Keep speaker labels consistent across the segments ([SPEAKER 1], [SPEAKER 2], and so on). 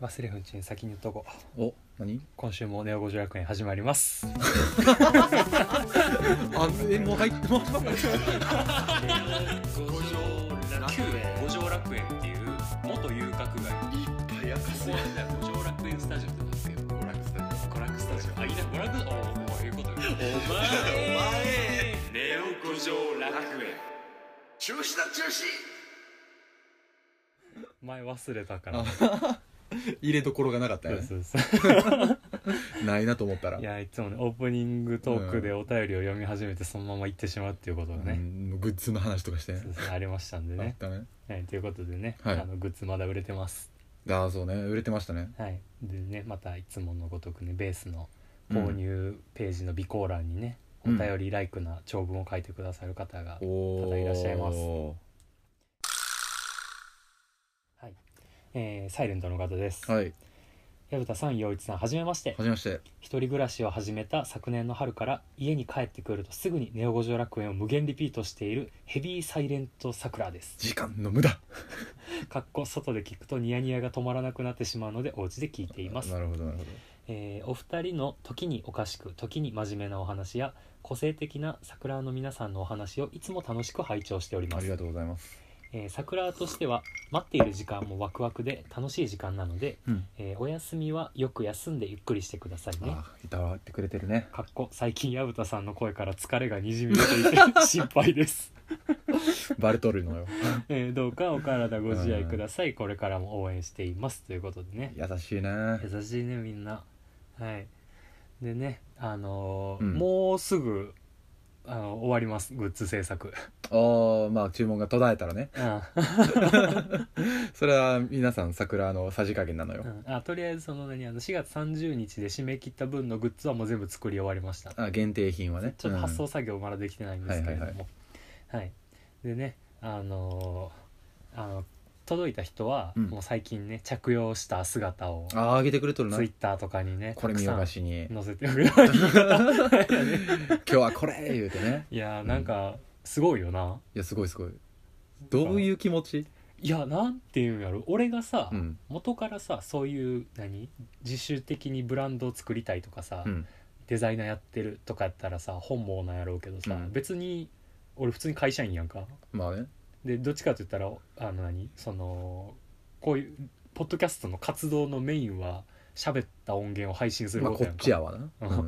[SPEAKER 1] 忘れふんちに先に言っとこう
[SPEAKER 2] お何
[SPEAKER 1] 今週もネオ五十楽園始まります
[SPEAKER 2] あえもう入ってます
[SPEAKER 3] 五条楽園五条楽園っていう元遊郭街
[SPEAKER 4] やか
[SPEAKER 3] ここはね五条楽園スタジオってなんですけど
[SPEAKER 4] 娯楽スタジ
[SPEAKER 3] 娯楽スタジオあいいな娯楽おおこういうことよお前ネオ五条楽園
[SPEAKER 4] オ中止だ中止
[SPEAKER 1] 前忘れたから
[SPEAKER 2] 入れどころがなかった
[SPEAKER 1] そ
[SPEAKER 2] よ
[SPEAKER 1] う
[SPEAKER 2] ね
[SPEAKER 1] そうそう
[SPEAKER 2] ないなと思ったら
[SPEAKER 1] いやいつもねオープニングトークでお便りを読み始めてそのまま行ってしまうっていうことが
[SPEAKER 2] う
[SPEAKER 1] ね、
[SPEAKER 2] んグッズの話とかしてね
[SPEAKER 1] そうそうありましたんで
[SPEAKER 2] あっ
[SPEAKER 1] ね、
[SPEAKER 2] たね
[SPEAKER 1] はい、ということでね、
[SPEAKER 2] はい
[SPEAKER 1] あのグッズまだ売れてます
[SPEAKER 2] ああそうね売れてましたね
[SPEAKER 1] はいでねまたいつものごとくねベースの購入ページの備考欄にね、
[SPEAKER 2] うん
[SPEAKER 1] お便りライクな長文を書いてくださる方が、
[SPEAKER 2] お
[SPEAKER 1] ただいらっしゃいますえーサイレントの方です、
[SPEAKER 2] はい
[SPEAKER 1] 薮田さん陽一さんはじめまして
[SPEAKER 2] はじめまして
[SPEAKER 1] 一人暮らしを始めた昨年の春から家に帰ってくるとすぐにネオ五条楽園を無限リピートしているヘビーサイレントサクラです
[SPEAKER 2] 時間の無駄
[SPEAKER 1] かっこ外で聞くとニヤニヤが止まらなくなってしまうのでお家で聞いています
[SPEAKER 2] なるほどなるほ
[SPEAKER 1] えーお二人の時におかしく時に真面目なお話や個性的な桜の皆さんのお話をいつも楽しく拝聴しており
[SPEAKER 2] ど
[SPEAKER 1] ま
[SPEAKER 2] あり
[SPEAKER 1] す
[SPEAKER 2] がとうございます
[SPEAKER 1] えー桜としては待っている時間もワクワクで楽しい時間なので、
[SPEAKER 2] うん
[SPEAKER 1] えーお休みはよく休んでゆっくりしてくださいね
[SPEAKER 2] ああいたわってくれてるね
[SPEAKER 1] かっこ最近薮田さんの声から疲れがにじみ出ていて心配です、
[SPEAKER 2] バレとるのよ
[SPEAKER 1] えーどうかお体ご自愛くださいこれからも応援していますということでね
[SPEAKER 2] 優しいね
[SPEAKER 1] 優しいねみんなはいでねあのー
[SPEAKER 2] うん
[SPEAKER 1] もうすぐあの終わりますグッズ制作
[SPEAKER 2] ああまあ注文が途絶えたらね
[SPEAKER 1] あ
[SPEAKER 2] それは皆さん桜のさじ加減なのよ
[SPEAKER 1] あとりあえずその何あの4月30日で締め切った分のグッズはもう全部作り終わりました
[SPEAKER 2] あ限定品はね
[SPEAKER 1] ちょっと発
[SPEAKER 2] う
[SPEAKER 1] 送
[SPEAKER 2] ん
[SPEAKER 1] 作業まだできてないんですけれども、
[SPEAKER 2] は
[SPEAKER 1] はいい
[SPEAKER 2] はい
[SPEAKER 1] でねあのーあの届いた人は、
[SPEAKER 2] うん
[SPEAKER 1] もう最近ね着用した姿を
[SPEAKER 2] あああげてくれとるな
[SPEAKER 1] ツイッターとかにね
[SPEAKER 2] これ
[SPEAKER 1] た
[SPEAKER 2] 見
[SPEAKER 1] く
[SPEAKER 2] よ
[SPEAKER 1] さん
[SPEAKER 2] が
[SPEAKER 1] 載
[SPEAKER 2] しに
[SPEAKER 1] せてる い
[SPEAKER 2] 今日はこれ言うてね
[SPEAKER 1] やーなんかすごいよな、
[SPEAKER 2] いやすごいすごいどういう気持ち
[SPEAKER 1] いやなんていうんやろ俺がさ、
[SPEAKER 2] うん
[SPEAKER 1] 元からさそういう何自主的にブランドを作りたいとかさ、
[SPEAKER 2] うん
[SPEAKER 1] デザイナーやってるとかやったらさ本望なんやろうけどさ、
[SPEAKER 2] うん
[SPEAKER 1] 別に俺普通に会社員やんか
[SPEAKER 2] まあね
[SPEAKER 1] でどっちかって言ったらあの何そのこういうポッドキャストの活動のメインは喋った音源を配信する
[SPEAKER 2] まあ
[SPEAKER 1] こと
[SPEAKER 2] こ
[SPEAKER 1] や
[SPEAKER 2] っ
[SPEAKER 1] んか、
[SPEAKER 2] ちやわな
[SPEAKER 1] うん
[SPEAKER 2] うん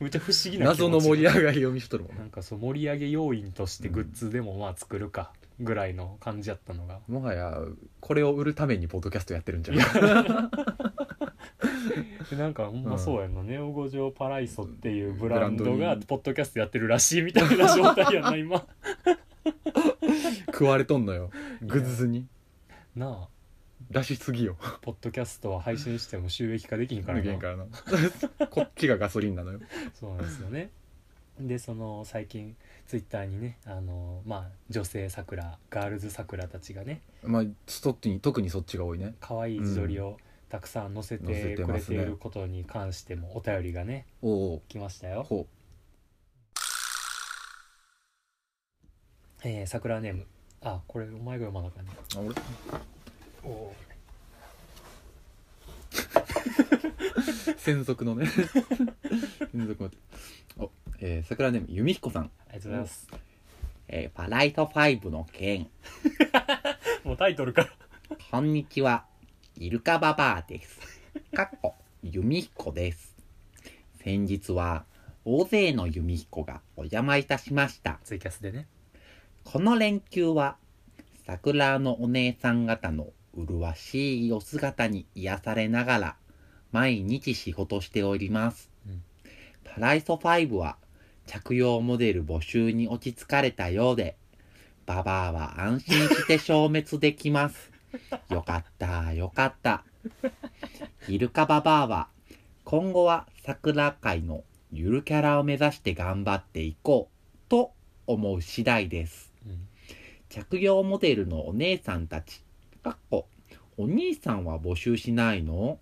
[SPEAKER 1] むっちゃ不思議な気持ち
[SPEAKER 2] 謎の盛り上がりを見しとるもん
[SPEAKER 1] な
[SPEAKER 2] ね
[SPEAKER 1] んかそう盛り上げ要員としてグッズでもまあ作るかぐらいの感じやったのが、
[SPEAKER 2] もはやこれを売るためにポッドキャストやってるんじゃない
[SPEAKER 1] でなんかほんまそうやんな、ネオ五条パライソっていうブラン
[SPEAKER 2] ブ
[SPEAKER 1] ド
[SPEAKER 2] ラン
[SPEAKER 1] が
[SPEAKER 2] ドに
[SPEAKER 1] ポッドキャストやってるらしいみたいな状態やんな今
[SPEAKER 2] 食われとんのよグズズに
[SPEAKER 1] な
[SPEAKER 2] 出しすぎよ
[SPEAKER 1] あポッドキャストは配信しても収益化できんから
[SPEAKER 2] 抜け
[SPEAKER 1] なん
[SPEAKER 2] からなこっちがガソリンなのよ
[SPEAKER 1] そうなんですよねでその最近ツイッターにねあのまあ女性さくらガールズさくらたちがね
[SPEAKER 2] まあそっちに特にそっちが多いね
[SPEAKER 1] 可愛い自撮りをたくさん載せ
[SPEAKER 2] 載せ
[SPEAKER 1] て
[SPEAKER 2] て
[SPEAKER 1] く
[SPEAKER 2] ま
[SPEAKER 1] れ
[SPEAKER 2] す
[SPEAKER 1] て
[SPEAKER 2] ね
[SPEAKER 1] いることに関してもお便りがね
[SPEAKER 2] おう
[SPEAKER 1] 来ました
[SPEAKER 2] おう
[SPEAKER 1] よ、
[SPEAKER 2] ほ
[SPEAKER 1] えー、さくらネームあこれお前が読まなあかんね
[SPEAKER 2] うあ俺
[SPEAKER 1] お
[SPEAKER 2] 専属の ね専属のおえー、桜ネーム弓彦さん、
[SPEAKER 1] ありがとうございます、
[SPEAKER 2] えー、パライト5の件
[SPEAKER 1] もうタイトルから
[SPEAKER 2] こんにちは。イルカババアです。かっこ、弓彦です。先日は、大勢の弓彦がお邪魔いたしました。
[SPEAKER 1] ツイキャスでね
[SPEAKER 2] この連休は、桜のお姉さん方の麗しいお姿に癒されながら、毎日仕事しております。
[SPEAKER 1] うん
[SPEAKER 2] パライソ5は、着用モデル募集に落ち着かれたようで、ババアは安心して消滅でき ます。よかった、よかった。イルカババアは、今後は桜界のゆるキャラを目指して頑張っていこう、と思う次第です。
[SPEAKER 1] うん
[SPEAKER 2] 着用モデルのお姉さんたち、かっこ、お兄さんは募集しないの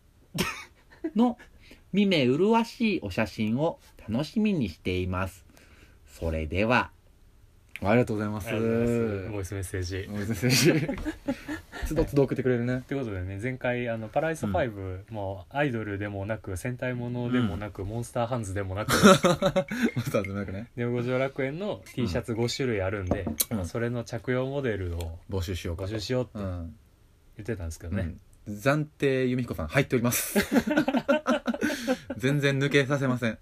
[SPEAKER 2] の、見目麗しいお写真を楽しみにしています。それでは、ありがとうございます
[SPEAKER 1] ありがとうございますボイスメッセージ、
[SPEAKER 2] 大泉選手 つどつど送ってくれるね
[SPEAKER 1] ということでね前回あのパライス5もアイドルでもなく戦隊ものでもなく、モンスターハンズで もなく
[SPEAKER 2] マスターズなくね
[SPEAKER 1] ネオ五条楽園の T シャツ5種類あるんで、
[SPEAKER 2] うん
[SPEAKER 1] まあそれの着用モデルを
[SPEAKER 2] 募集しようか
[SPEAKER 1] 募
[SPEAKER 2] と
[SPEAKER 1] 集しようって
[SPEAKER 2] うん、
[SPEAKER 1] 言ってたんですけど
[SPEAKER 2] う
[SPEAKER 1] ね、
[SPEAKER 2] ん、暫定由美彦さん入っております 全然抜けさせません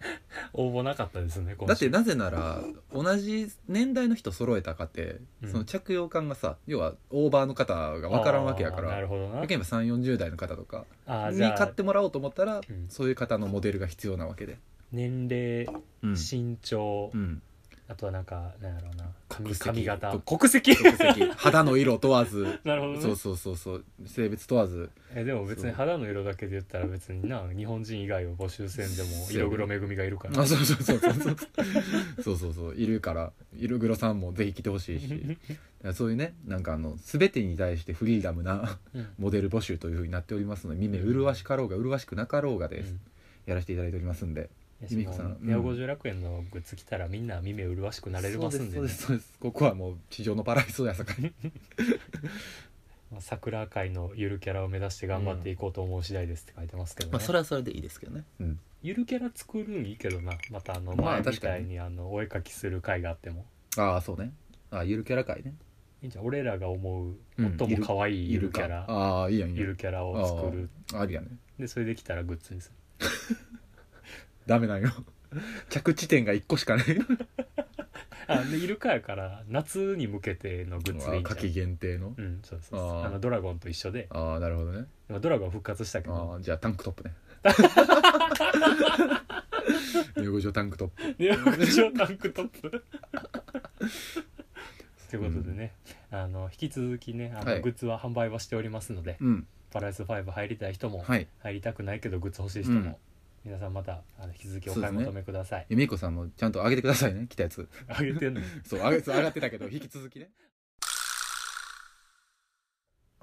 [SPEAKER 1] 応募なかったですね今週
[SPEAKER 2] だってなぜなら同じ年代の人揃えたかって、
[SPEAKER 1] うん
[SPEAKER 2] その着用感がさ要はオーバーの方が分からんわけやか
[SPEAKER 1] あーな
[SPEAKER 2] ら
[SPEAKER 1] るほどな
[SPEAKER 2] 例えば3 4 0代の方とか
[SPEAKER 1] あー
[SPEAKER 2] に
[SPEAKER 1] じゃ
[SPEAKER 2] 買っ
[SPEAKER 1] あ
[SPEAKER 2] てもらおうと思ったら、
[SPEAKER 1] うん
[SPEAKER 2] そういう方のモデルが必要なわけで、
[SPEAKER 1] 年齢
[SPEAKER 2] うん
[SPEAKER 1] 身長、
[SPEAKER 2] うん
[SPEAKER 1] あとはなんかなんやろうな髪
[SPEAKER 2] 国籍
[SPEAKER 1] 髪型
[SPEAKER 2] 国
[SPEAKER 1] 国籍
[SPEAKER 2] 国籍肌の色問わず
[SPEAKER 1] なるほどね
[SPEAKER 2] そうそうそうそう性別問わず
[SPEAKER 1] えでも別に肌の色だけで言ったら別にな日本人以外を募集せんでも色黒めぐみがいるから
[SPEAKER 2] あそうそうそうそうそうそうそうそういるから色黒さんもぜひ来てほしいしそういうねなんかあの全てに対してフリーダムな
[SPEAKER 1] うん
[SPEAKER 2] モデル募集というふうになっておりますので見目麗しかろうが麗しくなかろうがです、
[SPEAKER 1] うん
[SPEAKER 2] やらせていただいておりますんで
[SPEAKER 1] いや
[SPEAKER 2] ゆみこ
[SPEAKER 1] そ
[SPEAKER 2] さ
[SPEAKER 1] の
[SPEAKER 2] んうん
[SPEAKER 1] ネオ五十楽園のグッズ来たらみんな耳麗しくなれますんで,、
[SPEAKER 2] そう
[SPEAKER 1] ね
[SPEAKER 2] ですそうですそうですここはもう地上のパラダイスやさかに
[SPEAKER 1] まあ桜界のゆるキャラを目指して頑張っていこうと思う次第ですって書いてますけどね、
[SPEAKER 2] れはそれでいいですけどね、うん、
[SPEAKER 1] ゆるキャラ作るんいいけどなまたあの
[SPEAKER 2] まあ
[SPEAKER 1] 前み
[SPEAKER 2] 確か
[SPEAKER 1] たい
[SPEAKER 2] に
[SPEAKER 1] にあのお絵描きする回があっても
[SPEAKER 2] ああそうねああゆるキャラ界ね
[SPEAKER 1] いいんじゃん俺らが思う
[SPEAKER 2] うん
[SPEAKER 1] 最も可愛いゆるキャラ、
[SPEAKER 2] ああいいやんいい
[SPEAKER 1] ゆ
[SPEAKER 2] やん
[SPEAKER 1] るキャラを作る
[SPEAKER 2] ありやね
[SPEAKER 1] でそれできたらグッズにする
[SPEAKER 2] ダメな んよ着地点が1個しかない
[SPEAKER 1] あでイルカやから夏に向けてのグッズでいいんじゃ
[SPEAKER 2] 夏季
[SPEAKER 1] ん
[SPEAKER 2] 限定の
[SPEAKER 1] うんそうそうそう
[SPEAKER 2] あー
[SPEAKER 1] あのドラゴンと一緒で
[SPEAKER 2] ああなるほどね
[SPEAKER 1] まあドラゴン復活したけど
[SPEAKER 2] ああじゃあタンクトッ プね養護所タンクトップ
[SPEAKER 1] ネオ国上タンクトップということでね、あの引き続きねあの、
[SPEAKER 2] はい
[SPEAKER 1] グッズは販売はしておりますので、
[SPEAKER 2] うん
[SPEAKER 1] パライス5入りたい人も、
[SPEAKER 2] はい
[SPEAKER 1] 入りたくないけどグッズ欲しい人も、
[SPEAKER 2] うん
[SPEAKER 1] 皆さんまたあの引き続きお
[SPEAKER 2] そうで
[SPEAKER 1] 買い
[SPEAKER 2] すね
[SPEAKER 1] 求めください、
[SPEAKER 2] 由美子さんもちゃんと上げてくださいね来たやつ
[SPEAKER 1] あげてんの
[SPEAKER 2] そう上げそう上がってたけど引き続きね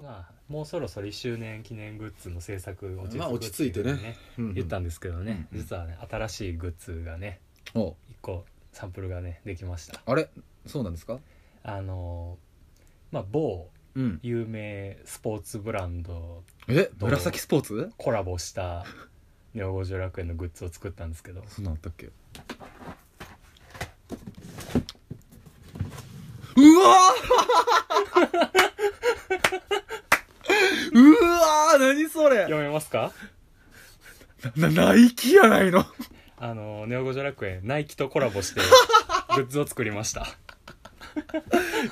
[SPEAKER 1] まあもうそろそろ1周年記念グッズの制作
[SPEAKER 2] まあ落ち着いてね
[SPEAKER 1] ってうふうに言ったんですけどね、
[SPEAKER 2] うんうん
[SPEAKER 1] 実はね新しいグッズがね
[SPEAKER 2] おう
[SPEAKER 1] 1個サンプルがねできました
[SPEAKER 2] あれそうなんですか
[SPEAKER 1] あのーまあ某
[SPEAKER 2] うん
[SPEAKER 1] 有名スポーツブランド
[SPEAKER 2] え紫スポーツ
[SPEAKER 1] コラボしたネオ五条楽園のグッズを作ったんです けど
[SPEAKER 2] そんなんあったっけうわー うわー何それ
[SPEAKER 1] 読めますか
[SPEAKER 2] なナイキやないの
[SPEAKER 1] あのーネオ五条楽園ナイキとコラボ してグッズを作りました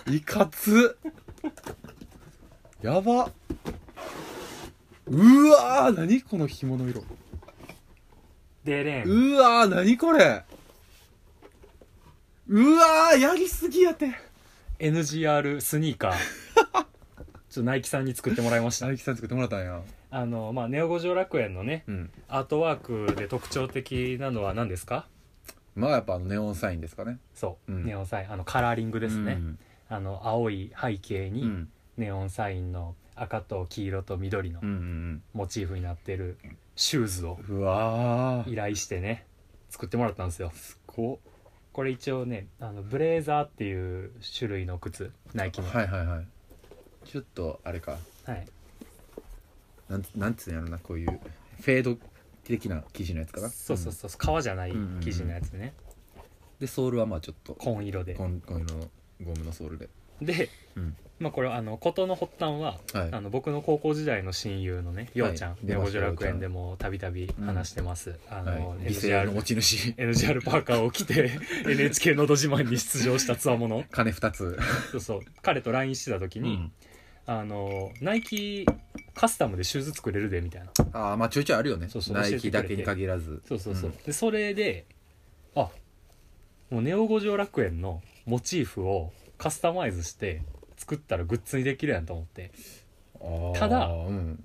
[SPEAKER 2] いかつやばうわー何この紐の色
[SPEAKER 1] でレーン
[SPEAKER 2] うわー何これうわーやりすぎやて
[SPEAKER 1] NGR スニーカーちょっとナイキさんに作ってもらいました
[SPEAKER 2] ナイキさん作ってもらったんや
[SPEAKER 1] あのまあネオ五条楽園のね
[SPEAKER 2] うん
[SPEAKER 1] アートワークで特徴的なのは何ですか
[SPEAKER 2] まあやっぱあのネオンサインですかね
[SPEAKER 1] そう、
[SPEAKER 2] うん
[SPEAKER 1] ネオンサインあのカラーリングですね、
[SPEAKER 2] うん
[SPEAKER 1] あの青い背景
[SPEAKER 2] う
[SPEAKER 1] に
[SPEAKER 2] ん
[SPEAKER 1] ネオンサインの赤と黄色と緑の
[SPEAKER 2] うんうん
[SPEAKER 1] モチーフになってるシューズを
[SPEAKER 2] うんうわー
[SPEAKER 1] 依頼してね作ってもらったんですよ
[SPEAKER 2] すごっ
[SPEAKER 1] これ一応ねあのブレーザーっていう種類の靴ナイキのは
[SPEAKER 2] はいはいはいちょっとあれか
[SPEAKER 1] い、
[SPEAKER 2] なんなんつうんやろなこういうフェード的な生地のやつかな
[SPEAKER 1] そうそうそう革じゃない生地のやつね、
[SPEAKER 2] うんでソールはまあちょっと
[SPEAKER 1] 紺色で
[SPEAKER 2] 今今のゴムのソールで
[SPEAKER 1] で、
[SPEAKER 2] うん
[SPEAKER 1] まあこれはあの事の発端は
[SPEAKER 2] はい
[SPEAKER 1] あの僕の高校時代の親友のねようちゃん
[SPEAKER 2] はい
[SPEAKER 1] ネオ五条楽園
[SPEAKER 2] 出ましたようちゃん
[SPEAKER 1] でもたびたび話してます、あの、
[SPEAKER 2] はい、美声の
[SPEAKER 1] NGR,
[SPEAKER 2] 持ち主
[SPEAKER 1] NGR パーカーを着て NHK のど自慢に出場したつわもの
[SPEAKER 2] 金二つ
[SPEAKER 1] そうそう彼と LINE してた時に、あのナイキカスタムでシューズ作れるでみたいな
[SPEAKER 2] ああまあちょいちょいあるよね
[SPEAKER 1] そうそう
[SPEAKER 2] ナイキだけに限らず
[SPEAKER 1] そうそうそう、
[SPEAKER 2] うん
[SPEAKER 1] でそれであもうネオ五条楽園のモチーフをカスタマイズして作ったらグッズにできるやんと思って
[SPEAKER 2] ああ
[SPEAKER 1] ただ
[SPEAKER 2] うん、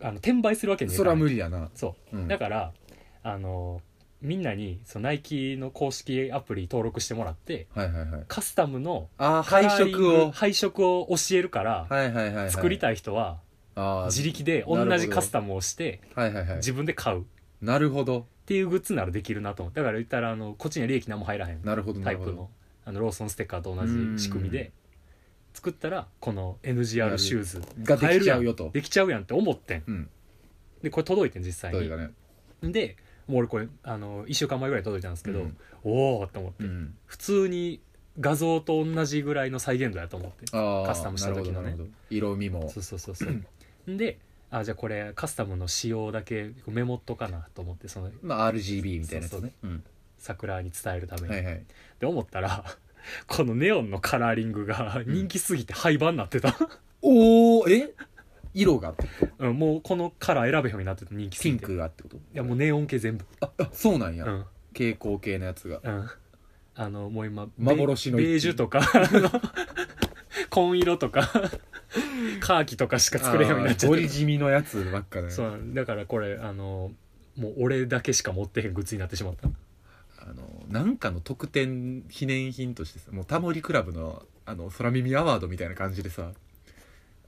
[SPEAKER 1] あの転売するわけにいか
[SPEAKER 2] そ
[SPEAKER 1] な
[SPEAKER 2] れ
[SPEAKER 1] い
[SPEAKER 2] は無理やな、
[SPEAKER 1] そう
[SPEAKER 2] うん、
[SPEAKER 1] だからあのみんなにそのナイキの公式アプリ登録してもらって
[SPEAKER 2] はいはいはい
[SPEAKER 1] カスタムの
[SPEAKER 2] ああ
[SPEAKER 1] カ
[SPEAKER 2] 配
[SPEAKER 1] ラーリン
[SPEAKER 2] 色
[SPEAKER 1] グ
[SPEAKER 2] を
[SPEAKER 1] 配色を教えるから、
[SPEAKER 2] はいはいはい、はい、
[SPEAKER 1] 作り
[SPEAKER 2] い
[SPEAKER 1] たい人は
[SPEAKER 2] ああ
[SPEAKER 1] 自力で同
[SPEAKER 2] なるほ
[SPEAKER 1] じ
[SPEAKER 2] ど
[SPEAKER 1] カスタムをして
[SPEAKER 2] はいはいはい
[SPEAKER 1] 自分で買うっ
[SPEAKER 2] なるほど
[SPEAKER 1] ていうグッズならできるなと思ってだから言ったらあのこっちには利益何も入らへん
[SPEAKER 2] なるほど
[SPEAKER 1] タ
[SPEAKER 2] な
[SPEAKER 1] イ
[SPEAKER 2] るほ
[SPEAKER 1] プ
[SPEAKER 2] ど
[SPEAKER 1] のあのローソンステッカーと同じ仕組みで作ったらこの NGR シューズ
[SPEAKER 2] ができちゃうよと
[SPEAKER 1] できちゃうやんって思ってん
[SPEAKER 2] うん
[SPEAKER 1] でこれ届いてん実際
[SPEAKER 2] どうい
[SPEAKER 1] に
[SPEAKER 2] うかね
[SPEAKER 1] でもう俺これあの1週間前ぐらいに届いたんですけど、
[SPEAKER 2] うん
[SPEAKER 1] おおって思って、
[SPEAKER 2] うん
[SPEAKER 1] 普通に画像と同じぐらいの再現度やと思って
[SPEAKER 2] ああ
[SPEAKER 1] カスタムした時のね
[SPEAKER 2] なるほどなるほど色味も
[SPEAKER 1] そうそうそうそう であじゃあこれカスタムの仕様だけメモっとかなと思ってその
[SPEAKER 2] まあ RGB みたいなやつ
[SPEAKER 1] そうそう
[SPEAKER 2] ねうん
[SPEAKER 1] 桜に伝えるために、
[SPEAKER 2] はい
[SPEAKER 1] っ
[SPEAKER 2] はい
[SPEAKER 1] て思ったら このネオンのカラーリングが人気すぎて廃盤になってた、
[SPEAKER 2] おおえ色がってこと
[SPEAKER 1] うん、もうこのカラー選べへんようになってた人気す
[SPEAKER 2] ピ
[SPEAKER 1] ぎ
[SPEAKER 2] ン
[SPEAKER 1] て
[SPEAKER 2] クがってことい
[SPEAKER 1] いやもうネオン系全部
[SPEAKER 2] あそうなんや、
[SPEAKER 1] うん
[SPEAKER 2] 蛍光系のや つが
[SPEAKER 1] うんあのもう今
[SPEAKER 2] 幻の
[SPEAKER 1] ベーベ
[SPEAKER 2] 一品
[SPEAKER 1] ージュとか あの紺色と かカーキとかしか作れへんようになっちゃっ
[SPEAKER 2] あーゴリ
[SPEAKER 1] て
[SPEAKER 2] 地味のやつばっかね
[SPEAKER 1] そうだからこれあのもう俺だけしか持ってへんグッズになってしまった
[SPEAKER 2] あのなんかの特典記念品としてさもうタモリクラブのあの空耳アワードみたいな感じでさ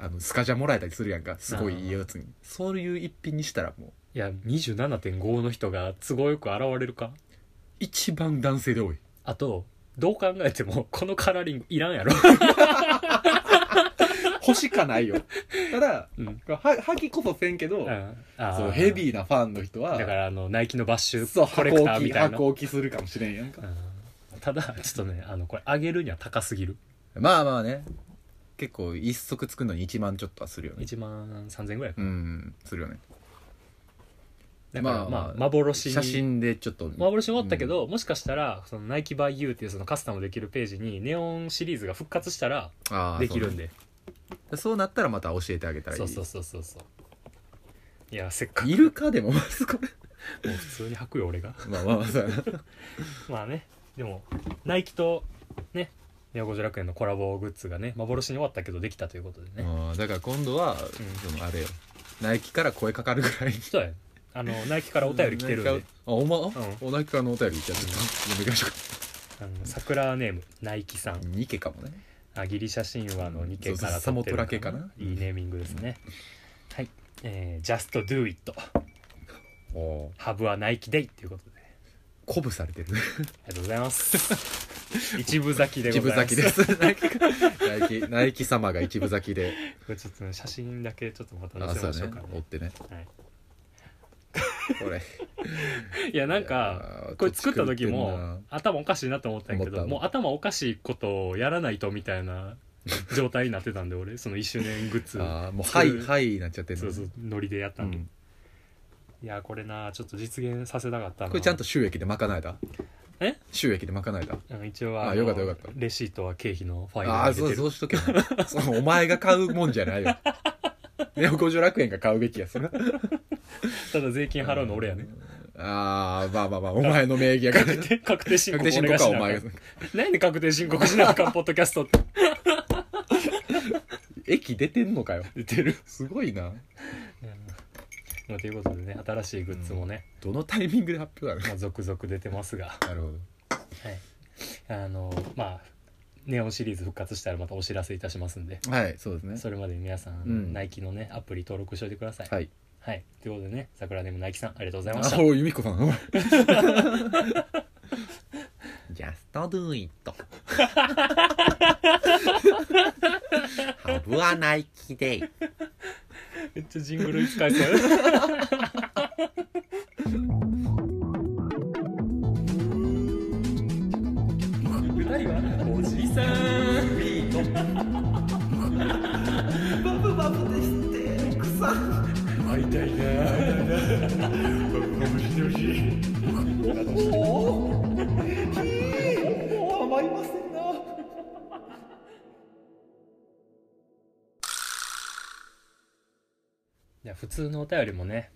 [SPEAKER 2] あのスカジャもらえたりするやんかすごいいいやつにそういう一品にしたらもう
[SPEAKER 1] いや27.5の人が都合よく現れるか
[SPEAKER 2] 一番男性で多い
[SPEAKER 1] あとどう考えてもこのカラーリングいらんやろ
[SPEAKER 2] 星かない よただ
[SPEAKER 1] うん
[SPEAKER 2] は萩こそせんけど、そうヘ
[SPEAKER 1] ー
[SPEAKER 2] ビーなファンの人は
[SPEAKER 1] だからあのナイキのバッシ
[SPEAKER 2] そう
[SPEAKER 1] ュコレ
[SPEAKER 2] 箱
[SPEAKER 1] クター
[SPEAKER 2] 置
[SPEAKER 1] み
[SPEAKER 2] き
[SPEAKER 1] たいな、
[SPEAKER 2] 箱置きするかもしれんやんか
[SPEAKER 1] うんただちょっとねあのこれ上げるには高すぎる
[SPEAKER 2] まあまあね結構一足作るのに1万ちょっとはするよね
[SPEAKER 1] 1万3000円ぐらいか
[SPEAKER 2] うんするよね
[SPEAKER 1] だから
[SPEAKER 2] ま
[SPEAKER 1] ま
[SPEAKER 2] あ
[SPEAKER 1] あ、
[SPEAKER 2] まあ
[SPEAKER 1] 幻に
[SPEAKER 2] 写真でちょっと
[SPEAKER 1] 幻もあったけど、もしかしたらそのナイキバイユーっていうそのカスタムできるページにネオンシリーズが復活したら
[SPEAKER 2] あー
[SPEAKER 1] できるんで
[SPEAKER 2] そう,、なったらまた教えてあげたらいい
[SPEAKER 1] そうそうそうそうそういやせっかく
[SPEAKER 2] いるかでもま ずこれ
[SPEAKER 1] もう普通に履くよ俺が
[SPEAKER 2] まあまあまあそうやな
[SPEAKER 1] まあねでもナイキとねネオゴジ楽園のコラボグッズがね幻に終わったけどできたということでね、
[SPEAKER 2] あーだから今度は、そのあれよナイキから声かかるぐらいに
[SPEAKER 1] そうやあのナイキからお便り来てるん
[SPEAKER 2] ナイ
[SPEAKER 1] で
[SPEAKER 2] キからあおま、おナイキからのお便りじゃあちょっと読みましょうか
[SPEAKER 1] あの桜ネームナイキさん
[SPEAKER 2] ニケかもね
[SPEAKER 1] あギリシャ神話の2家から
[SPEAKER 2] そうそうサ
[SPEAKER 1] 取
[SPEAKER 2] モ
[SPEAKER 1] ってる
[SPEAKER 2] ト
[SPEAKER 1] の
[SPEAKER 2] ラ系かない
[SPEAKER 1] いネーミングですね、はいえー「Just do it
[SPEAKER 2] おお」
[SPEAKER 1] 「ハブはナイキデイ」ということで
[SPEAKER 2] 鼓舞されてる
[SPEAKER 1] ありがとうございます。 一部咲きで
[SPEAKER 2] 一
[SPEAKER 1] ござ
[SPEAKER 2] 部
[SPEAKER 1] います。
[SPEAKER 2] 咲きで すナイキがナイキナイキ様が一部咲きで
[SPEAKER 1] これちょっとね写真だけちょっとまた載
[SPEAKER 2] あ
[SPEAKER 1] せ
[SPEAKER 2] そ
[SPEAKER 1] ま
[SPEAKER 2] う
[SPEAKER 1] しょ
[SPEAKER 2] だ
[SPEAKER 1] う
[SPEAKER 2] ね
[SPEAKER 1] かね。
[SPEAKER 2] 追ってね
[SPEAKER 1] はい
[SPEAKER 2] これ
[SPEAKER 1] いやなん
[SPEAKER 2] いや
[SPEAKER 1] か
[SPEAKER 2] ー
[SPEAKER 1] これ作った時
[SPEAKER 2] こっち狂ってん
[SPEAKER 1] も
[SPEAKER 2] な
[SPEAKER 1] 頭おかしいなと思ったんやけ
[SPEAKER 2] 思
[SPEAKER 1] ど
[SPEAKER 2] った
[SPEAKER 1] もう頭おかしいことをやらないとみたいな状態になってたんで俺その1周年グッズ
[SPEAKER 2] あーもう「は
[SPEAKER 1] 作
[SPEAKER 2] い
[SPEAKER 1] る
[SPEAKER 2] はい」になっちゃってる
[SPEAKER 1] そうそうノリでやったんで、
[SPEAKER 2] うん
[SPEAKER 1] いやーこれなちょっと実現させたかったな
[SPEAKER 2] これちゃんと収益で賄えた
[SPEAKER 1] え
[SPEAKER 2] 収益で賄えた
[SPEAKER 1] あの一応は
[SPEAKER 2] あよかったよかった
[SPEAKER 1] レシートは経費のファイル
[SPEAKER 2] ああ
[SPEAKER 1] に入
[SPEAKER 2] ーそ
[SPEAKER 1] れ
[SPEAKER 2] う
[SPEAKER 1] て
[SPEAKER 2] そ
[SPEAKER 1] る
[SPEAKER 2] うしとけよそのお前が買うもんじゃない よネオ五条楽園が買うべきやそれ
[SPEAKER 1] ただ税金払うの俺やね
[SPEAKER 2] ああまあまあまあお前の名 義やから
[SPEAKER 1] 確定確定申
[SPEAKER 2] 確
[SPEAKER 1] 告
[SPEAKER 2] 定
[SPEAKER 1] 俺
[SPEAKER 2] 申
[SPEAKER 1] が
[SPEAKER 2] 告
[SPEAKER 1] し
[SPEAKER 2] はお
[SPEAKER 1] なあか
[SPEAKER 2] 前
[SPEAKER 1] ん
[SPEAKER 2] が
[SPEAKER 1] なんで確定申告しなあかんポッドキャストって
[SPEAKER 2] 駅出てんのかよ
[SPEAKER 1] 言ってる
[SPEAKER 2] すごいな
[SPEAKER 1] まあ、ということでね新しいグッズもね、
[SPEAKER 2] どのタイミングで発表なの
[SPEAKER 1] まあ、続々出てますが、は
[SPEAKER 2] なるほど
[SPEAKER 1] い、あのまあネオンシリーズ復活したらまたお知らせいたしますんで
[SPEAKER 2] はいそうですね
[SPEAKER 1] それまでに皆さん、
[SPEAKER 2] うん
[SPEAKER 1] ナイキのねアプリ登録しておいてください
[SPEAKER 2] はい
[SPEAKER 1] はい、ということでね桜ネームナイキさんありがとうございまし
[SPEAKER 2] あ
[SPEAKER 1] た
[SPEAKER 2] おい由美子さんおい Just do it
[SPEAKER 5] ハブはナイキでい。
[SPEAKER 1] めっちゃジングル使い そう歌いはおじさんビートバブバブですって草会いたいなじゃあ普通のお便りもね